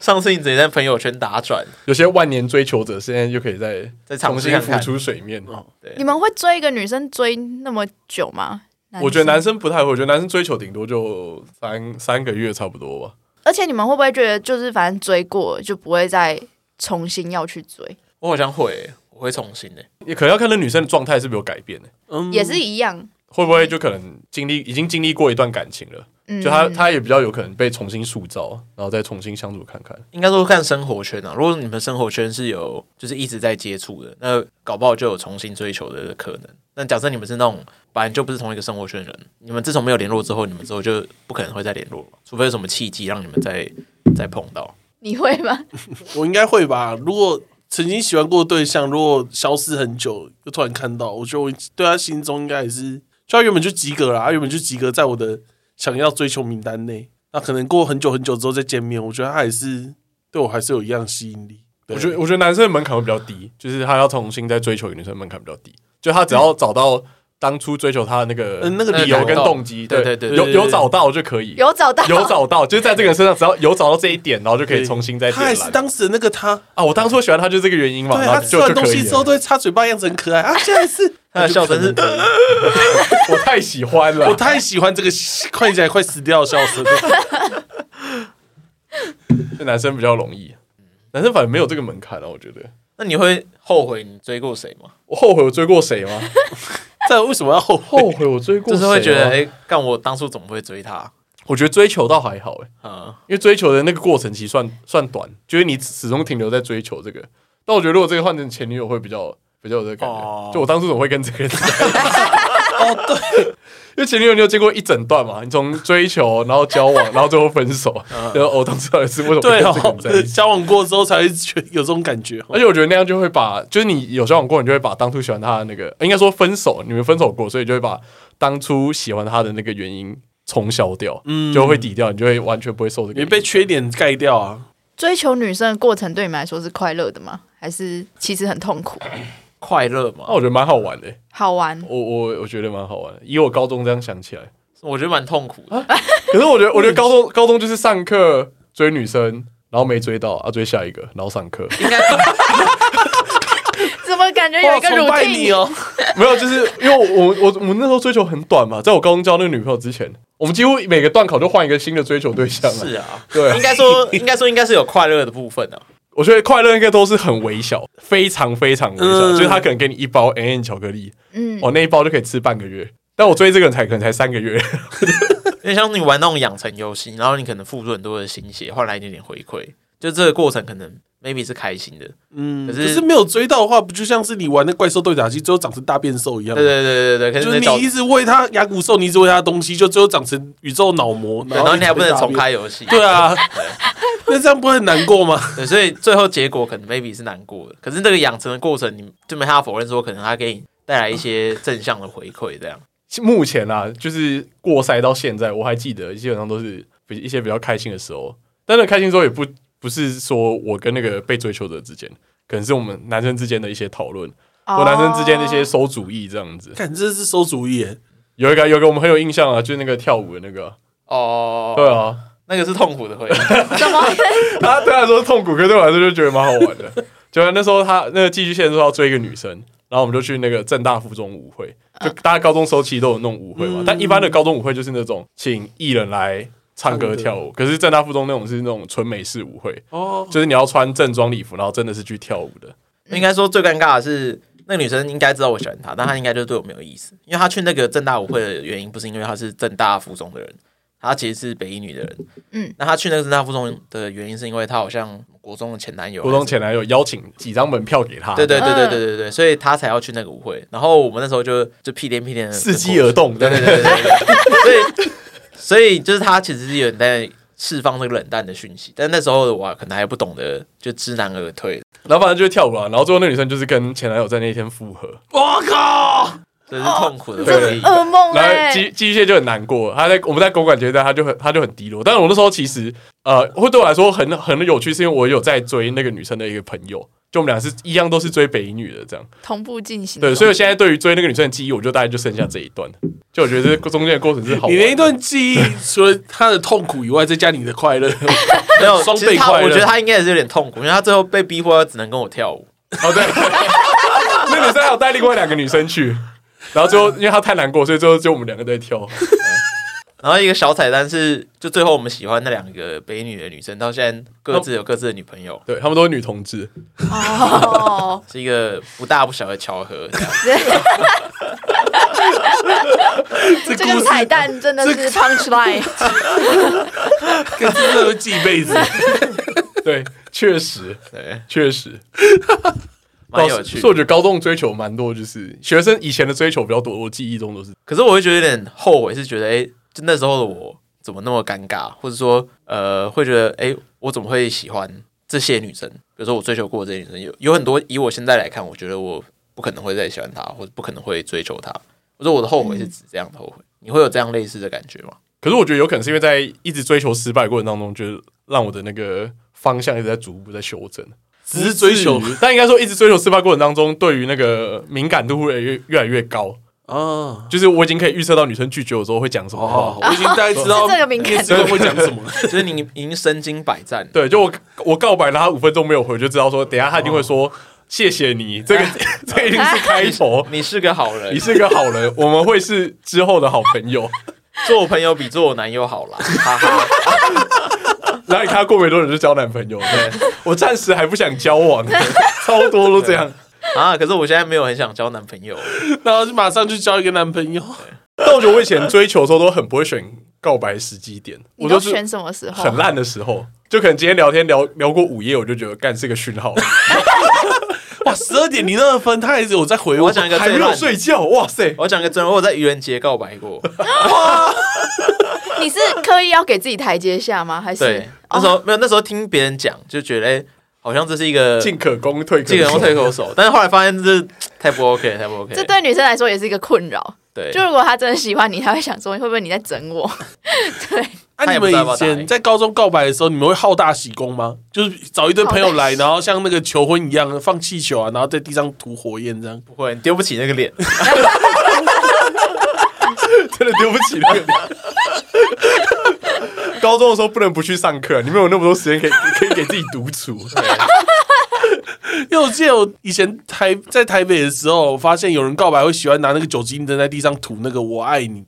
S1: 上次你只能在朋友圈打转，
S2: 有些万年追求者现在就可以再
S1: 再尝
S2: 重
S1: 试
S2: 新
S1: 看
S2: 浮
S1: 看。
S2: 出水面。
S1: 嗯
S5: 哦
S3: 你们会追一个女生追那么久吗？
S2: 我觉得男
S3: 生，
S2: 生不太会，我觉得男生追求顶多就三三个月差不多吧。
S3: 而且你们会不会觉得，就是反正追过就不会再重新要去追，
S1: 我好像会欸，我会重新的。
S2: 也可能要看那女生的状态是不是有改变、欸、
S5: 嗯
S3: 也是一样？
S2: 会不会就可能经历已经经历过一段感情了，
S3: 嗯，
S2: 就她她也比较有可能被重新塑造，然后再重新相处看看。
S1: 应该说看生活圈啊，如果你们生活圈是有就是一直在接触的，那搞不好就有重新追求的可能。那假设你们是那种本来就不是同一个生活圈的人，你们自从没有联络之后，你们之后就不可能会再联络了，除非有什么契机让你们再再碰到。
S3: 你会吗？
S5: 我应该会吧。如果曾经喜欢过的对象，如果消失很久，又突然看到，我觉得我对他心中应该也是，就他原本就及格啦，他原本就及格在我的想要追求名单内。那可能过很久很久之后再见面，我觉得他还是对我还是有一样吸引力。对
S2: 我觉得我觉得男生的门槛会比较低，就是他要重新再追求一个女生的门槛比较低，就他只要找到当初追求他的那个
S5: 嗯那个
S2: 理
S5: 理
S2: 由
S5: 由
S2: 跟动机，
S1: 对对对
S2: 有
S1: 对
S2: 有找到就可以，
S3: 有找到，
S2: 有找到，就是在这个人身上只要有找到这一点，然后就可以重新再
S5: 他还
S2: 点
S5: 是
S2: 燃
S5: 当时的那个他，
S2: 啊！我当初喜欢他就是这个原因嘛，
S5: 对
S2: 然
S5: 他
S2: 后
S5: 吃
S2: 就
S5: 完
S2: 就
S5: 东
S2: 可
S5: 西
S2: 以
S5: 之后
S2: 了。
S5: 都会插嘴巴的样子很可爱啊，现在 是
S1: 他的笑声是，
S2: 我太喜欢了，
S5: 我太喜欢这个看起来快死掉的笑声了。
S2: 就男生比较容易，男生反正没有这个门槛啊了、我觉得。
S1: 那你会后悔你追过谁吗？
S2: 我后悔我追过谁吗？
S5: 这为什么要后悔？
S2: 后悔我追过
S1: 就
S2: 谁
S1: 是
S2: 吗？
S1: 会觉得，哎、干我当初怎么会追他？
S2: 我觉得追求倒还好、欸，
S1: 嗯，
S2: 因为追求的那个过程其实算算短，就是你始终停留在追求这个。但我觉得如果这个换成前女友会比较比较有这个感觉，
S1: 哦
S2: 就我当初怎么会跟这个人在一起？哦，
S5: 哦
S2: 对，因为前女友你有经过一整段嘛，你从追求，然后 交往，然后最后分手，然后我哦当初到底是为什么
S5: 嗯
S2: 会
S5: 对
S2: 跟这个
S5: 哦
S2: 人在一，起？
S5: 交往过之后才会觉得有这种感觉哦。
S2: 而且我觉得那样就会把，就是你有交往过，你就会把当初喜欢他的那个，应该说分手，你们分手过，所以就会把当初喜欢他的那个原因冲消掉，
S5: 嗯
S2: 就会抵掉，你就会完全不会受这个
S5: 你
S2: 影响。
S5: 被缺点盖掉啊！
S3: 追求女生的过程对你们来说是快乐的吗？还是其实很痛苦？
S1: 快乐
S2: 那
S1: 嘛，
S2: 啊我觉得蛮好玩的、
S3: 好玩，
S2: 我我我觉得蛮好玩的，以我高中这样想起来，
S1: 我觉得蛮痛苦
S2: 啊
S1: 的。
S2: 可是我觉得我觉得高中高中就是上课追女生，然后没追到啊，追下一个，然后上课
S1: 应该
S3: 怎么感觉有
S5: 哇，
S3: 一个
S5: 崇拜你
S3: routine？
S5: 哦！
S2: 没有，就是因为我我我们那时候追求很短嘛，在我高中交那个女朋友之前，我们几乎每个段考就换一个新的追求对象啊。
S1: 是 啊，
S2: 对啊
S1: 应该说，应该说，应该是有快乐的部分啊。
S2: 我觉得快乐应该都是很微小，非常非常微小，
S5: 嗯
S2: 就是他可能给你一包 N N 巧克力，哦
S3: 嗯，
S2: 我、那一包就可以吃半个月。但我追这个人才可能才三个月，
S1: 因为像你玩那种养成游戏，然后你可能付出很多的心血，换来一点点回馈，就这个过程可能 maybe 是开心的，
S5: 嗯，
S1: 可
S5: 可
S1: 是
S5: 是没有追到的话，不就像是你玩那怪兽对打机，最后长成大变兽一样？
S1: 对对对对对，可
S5: 就是是
S1: 你找
S5: 你一直喂它牙骨兽，你一直喂它东西，就最后长成宇宙脑膜，
S1: 对，然后你还不能
S5: 一直被
S1: 重
S5: 大
S1: 开游戏，
S5: 变。对啊， 那这样不会很难过吗？
S1: 对，所以最后结果可能 maybe 是难过的，可是这个养成的过程，你就没办法否认说，可能它给你带来一些正向的回馈，这样。
S2: 目前啊，就是过赛到现在，我还记得基本上都是比一些比较开心的时候，但那个开心的时候也不不是说我跟那个被追求者之间，可能是我们男生之间的一些讨论，
S3: 哦
S2: 或男生之间的一些馊主意这样子。
S5: 看，这是馊主意耶，
S2: 有一个有一个我们很有印象啊，就是那个跳舞的那个啊，对
S1: 哦，
S2: 啊，
S1: 那个是痛苦的回忆，
S3: 哦怎么？
S2: 他 对他来说是痛苦，可是对我来说就觉得蛮好玩的。 就那时候他那个寄居蟹说要追一个女生，然后我们就去那个正大附中舞会，
S5: 啊
S2: 就大家高中时候其实都有那种舞会
S5: 嗯
S2: 嘛，但一般的高中舞会就是那种请艺人来唱歌
S5: 唱歌
S2: 跳舞，可是正大附中那种是那种纯美式舞会，
S5: 哦，
S2: 就是你要穿正装礼服，然后真的是去跳舞的。
S1: 应该说最尴尬的是，那个女生应该知道我喜欢她，但她应该就对我没有意思，因为她去那个正大舞会的原因，不是因为她是正大附中的人，她其实是北一女的人。
S3: 嗯，
S1: 那她去那个正大附中的原因，是因为她好像国中的前男友，
S2: 国中。前男友邀请几张门票给他，
S1: 对对对对
S3: 嗯
S1: 对对对，所以她才要去那个舞会。然后我们那时候就就屁颠屁颠的
S2: 伺机而动，
S1: 对对对对对对，所以所以就是他其实是有点在释放那个冷淡的讯息，但那时候的我可能还不懂得就知难而退。
S2: 然后反正就是跳舞啊，然后最后那女生就是跟前男友在那一天复合，
S5: 我靠！
S1: 这是痛苦的
S3: 哦这
S1: 回
S3: 是
S1: 忆。
S3: 噩梦
S2: 然
S3: 哎、
S2: 后机机械就很难过，他在我们在公馆阶段，他就很他就很低落。但是我那时候其实呃，会对我来说很很有趣，是因为我有在追那个女生的一个朋友，就我们俩是一样都是追北一女的这样。
S3: 同步进行。
S2: 对，
S5: 嗯
S2: 所以我现在对于追那个女生的记忆，我就大概就剩下这一段。就我觉得 这中间的过程是好玩
S5: 你
S2: 的。
S5: 那一段记忆，除了他的痛苦以外，再加你的快 乐，
S1: 没有，
S5: 双
S1: 其实
S5: 倍
S1: 他
S5: 快乐
S1: 我觉得他应该也是有点痛苦，因 为他最后被逼迫只能跟我跳舞。
S2: 哦对， 那女生还有带另外两个女生去，然后最后因为她太难过，所以最后就我们两个在跳。
S1: 然后一个小彩蛋是，就最后我们喜欢那两个北女的女生，到现在各自有各自的女朋友，
S2: 对，她们都是女同志。
S3: 哦，
S1: 是一个不大不小的巧合。这样
S3: 这个彩蛋真的是 punch line，
S5: 跟真的会记一辈子。
S2: 对，确实，
S1: 对，
S2: 确实，
S1: 蛮有趣
S2: 所以我
S1: 的。
S2: 觉得高中追求蛮多，就是学生以前的追求比较多，我记忆中都是。
S1: 可是我会觉得有点后悔，是觉得哎、诶就那时候的我怎么那么尴尬，或者说呃，会觉得哎、诶我怎么会喜欢这些女生？比如说我追求过的这些女生，有有很多以我现在来看，我觉得我不可能会再喜欢她，或者不可能会追求她。我说我的后悔是指这样的后悔，你会有这样类似的感觉吗？
S2: 可是我觉得有可能是因为在一直追求失败的过程当中，就是让我的那个方向一直在逐步在修正。
S5: 只是追求
S2: 至于但应该说一直追求失败过程当中，对于那个敏感度会越越来越高。
S5: 啊，
S2: 就是我已经可以预测到女生拒绝我之后会讲什么话。
S5: 哦，我已经大概知 道
S3: 是这个敏感度
S5: 这个会讲什么了。
S1: 就是你已经身经百战，
S2: 对，就我我告白了，他五分钟没有回，就知道说，等一下他一定会
S5: 哦
S2: 说、谢谢你， 这个这一定是开头，
S1: 你是个好人，
S2: 你是个好人，我们会是之后的好朋友。
S1: 做我朋友比做我男友好啦，哈哈。
S2: 然后你看他过没多久就交男朋友，对 我暂时还不想交往，超多都这样。
S1: 啊，可是我现在没有很想交男朋友，
S5: 然后就马上就交一个男朋友，
S2: 但我觉得我以前追求的时候都很不会选告白时机点，
S3: 你
S2: 我
S3: 都
S2: 都是
S3: 选什么时候？
S2: 很烂的时候，就可能今天聊天聊聊过午夜，我就觉得干是个讯号，
S5: 哇，十二点零二分，他还是有在回
S1: 我
S5: 我
S1: 要，讲一个
S2: 还
S1: 最
S2: 没有
S1: 烂。
S2: 睡觉，哇塞！
S1: 我要讲一个真的，我有在愚人节告白过。
S3: 你是刻意要给自己台阶下吗？还
S1: 对
S3: 是，
S1: 那时候没有，那时候听别人讲就觉得，哎，好像这是一个
S2: 进可攻退可
S1: 这个人
S2: 守
S1: 会退口 手，但是后来发现这太不 OK，了太不 OK
S3: 这
S1: 了。
S3: 对女生来说也是一个困扰。
S1: 对，
S3: 就如果她真的喜欢你，她会想说，会不会你在整 我？
S5: 啊，
S1: 他
S5: 你
S1: 也不知道要不
S5: 们以
S1: 要打
S5: 前在高中告白的时候，你们会好大喜功吗？就是找一堆朋友 来，然后像那个求婚一样放气球啊，然后在地上涂火焰这样。
S1: 不会，你丢不起那个 脸。
S2: 真的丢不起那个脸。 高中的时候不能不去上课，啊你们有那么多时间可以可以给自己独处。
S5: 因为我记得我以前台在台北的时候，我发现有人告白会喜欢拿那个酒精灯在地上涂那个“我爱你”，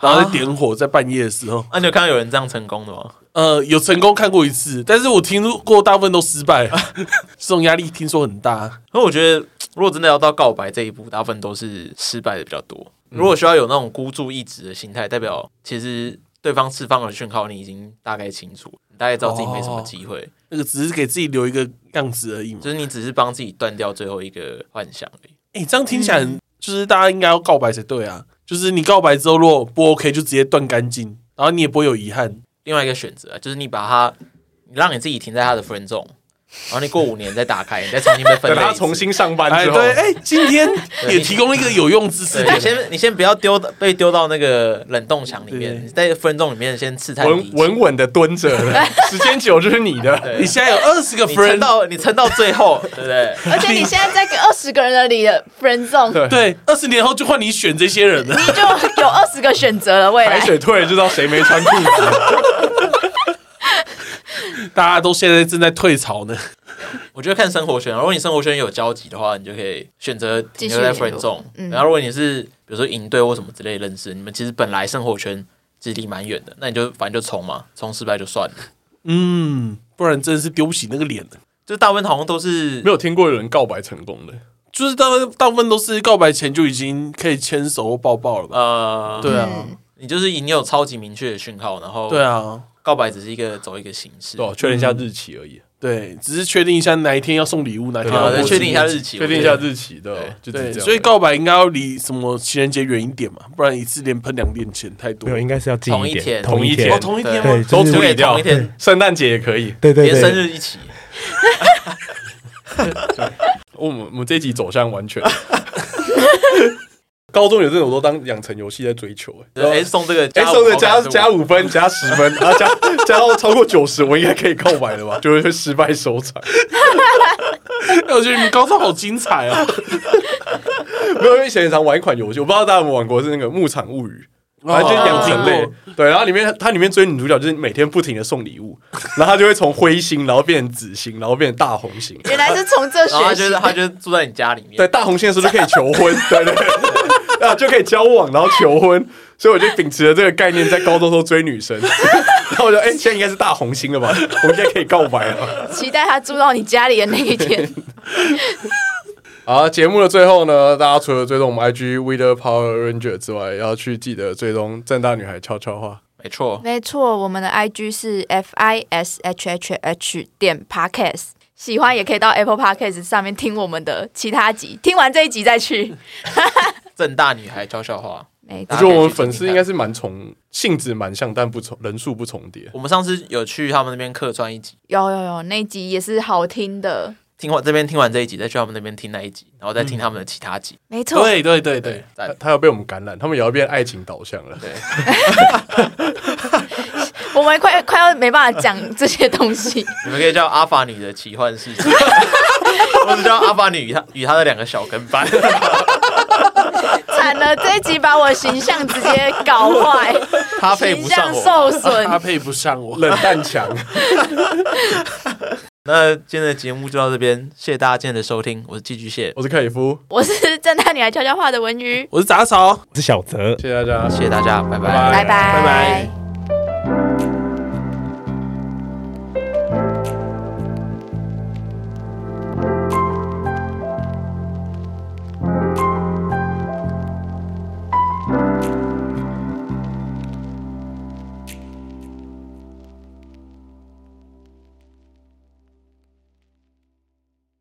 S5: 然后再点火，在半夜的 时候，
S1: 啊那你有看到有人这样成功的吗？
S5: 呃，有成功看过一次，但是我听过大部分都失败， 这种压力听说很大。
S1: 可我觉得，如果真的要到告白这一步，大部分都是失败的比较多。如果需要有那种孤注一掷的心态，代表其实对方释放的讯号你已经大概清楚，你大概知道自己没什么机会，
S5: 那个只是给自己留一个样子而已嘛。
S1: 就是你只是帮自己断掉最后一个幻想而已。
S5: 哎、这样听起来很、就是大家应该要告白才对啊。就是你告白之后，如果不 OK，就直接断干净，然后你也不会有遗憾。
S1: 另外一个选择啊就是你把它，你让你自己停在他的 friend zone，然后你过五年再打开，你再重新被分类
S2: 等
S1: 一
S2: 他
S1: 次
S2: 重。新上班
S5: 哎，
S2: 之后，
S5: 对，哎、今天也提供了一个有用知识
S1: 对，
S5: 点
S1: 你。先你先不要丢到被丢到那个冷冻墙里面，
S5: 对
S2: 嗯
S1: 你在 friend zone 里面先刺探敌
S2: 稳
S1: 情
S2: 稳稳的蹲着了，时间久就是你的。
S1: 对
S5: 你现在有二十个
S1: 你撑
S5: friend，
S1: 到你撑到最后， 对不对？
S3: 而且你现在在跟二十个人的里的 friend zone，
S2: 对，
S5: 对，二十年后就换你选这些人了。
S3: 你就有二十个选择了。未
S2: 海
S3: 来
S2: 水退了就知道谁没穿裤子。
S5: 大家都现在正在退潮呢。
S1: 我觉得看生活圈啊，如果你生活圈有交集的话，你就可以选择停留在
S3: 继续
S1: friend
S3: 联
S1: zone
S3: 络。嗯
S1: 然后如果你是比如说营队或什么之类认识，你们其实本来生活圈其实离蛮远的，那你就反正就冲嘛，冲失败就算了。
S5: 嗯，不然真的是丢不起那个脸了。
S1: 就大部分好像都是
S2: 没有听过有人告白成功的，
S5: 就是大部分大部分都是告白前就已经可以牵手或抱抱了吧？
S1: 呃，
S5: 对啊，
S3: 嗯
S1: 你就是你有超级明确的讯号，然后
S5: 对啊，
S1: 告白只是一个走一个形式，
S2: 对吧，确认一下日期而已，
S5: 对，只是确定一下哪一天要送礼物，啊哪一天
S1: 然
S5: 要
S1: 后
S5: 过
S1: 再嗯
S5: 生日
S1: 哦确定一下日期，
S2: 确定一
S1: 我
S2: 下
S1: 觉得
S2: 日期的，就只是
S5: 对，
S2: 这样。
S5: 所以告白应该要离什么情人节远一点嘛，不然一次连喷两遍钱太多
S4: 没有，。应该是要近
S1: 同一
S4: 一
S1: 天
S4: 点，
S2: 同一
S4: 天
S5: 哦，，同一天
S4: 对
S5: 吗？
S2: 都
S4: 就是
S2: 处理掉
S1: 同一天，
S2: 圣诞节也可以。
S4: 对对
S1: 连生
S4: 对，
S1: 日一起。
S2: 我们我们这一集走向完全 高中有这种都当养成游戏在追求、欸，然后
S1: 哎，送这个
S2: 哎，
S1: 加
S2: 送的
S1: 五
S2: 加
S1: 好感度
S2: 加五分，加十分，然后加加到超过九十，我应该可以购买了吧？就会失败收场。
S5: 我觉得你们高中好精 彩哦。
S2: 没有，因为以前很常玩一款游戏，我不知道大家有没有玩过，是那个《牧场物语》。反正就是养成类
S5: 哦，
S2: 对，然后里面它里面追女主角就是每天不停的送礼物，然后她就会从灰星，然后变成紫星，然后变成大红星。
S3: 原来是从这
S1: 然后他
S3: 学
S1: 就
S3: 习
S1: 是
S3: 的。
S1: 他就是住在你家里面，
S2: 对，大红线是不是可以求婚？对对对，啊， 就可以交往，然后求婚。所以我就秉持着这个概念，在高中时候追女生。 然后我就，哎、现在应该是大红心了吧？我应该可以告白了。
S3: 期待他住到你家里的那一天。
S2: 好，节目的最后呢，大家除了追踪我们 IG Weather Power Ranger 之外，要去记得追踪正大女孩悄悄话。
S1: 没错，
S3: 没错，我们的 IG 是 F I S H H H 点 Podcast，喜欢也可以到 Apple Podcast 上面听我们的其他集，听完这一集再 去。
S1: 正大女孩悄悄话。
S3: 没
S2: 我
S3: 错
S2: 觉得我们粉丝应该是蛮重，性质蛮像，但不重人数不重叠。
S1: 我们上次有去他们那边客串一集，
S3: 有有有，那一集也是好听的，
S1: 听完这边听完这一集，再去他们那边听那一集，然后再听他们的其他集。
S3: 没错。
S5: 嗯对对对对，
S2: 他
S1: 赞
S2: 他要被我们感染，他们也要变爱情导向 了。
S1: 对，
S3: 我们快快要没办法讲这些东 西，
S1: 你们可以叫阿法女的奇幻 世界，或者叫阿法女与她与她的两个小跟 班。
S3: 惨了，这一集把我形象直接搞坏，
S1: 他配
S3: 形
S1: 不上
S3: 象
S1: 我。
S3: 受损。
S5: 他配不上我。
S2: 冷淡强，
S1: 那今天的节目就到这边，谢谢大家今天的收听，我是寄居蟹，
S2: 我是克里夫，
S3: 我是正大女孩悄悄话的文瑜，
S5: 我是杂草。
S4: 我是小泽，
S2: 谢谢大家。
S1: 谢谢大家，拜拜
S2: 拜
S3: 拜拜
S5: 拜拜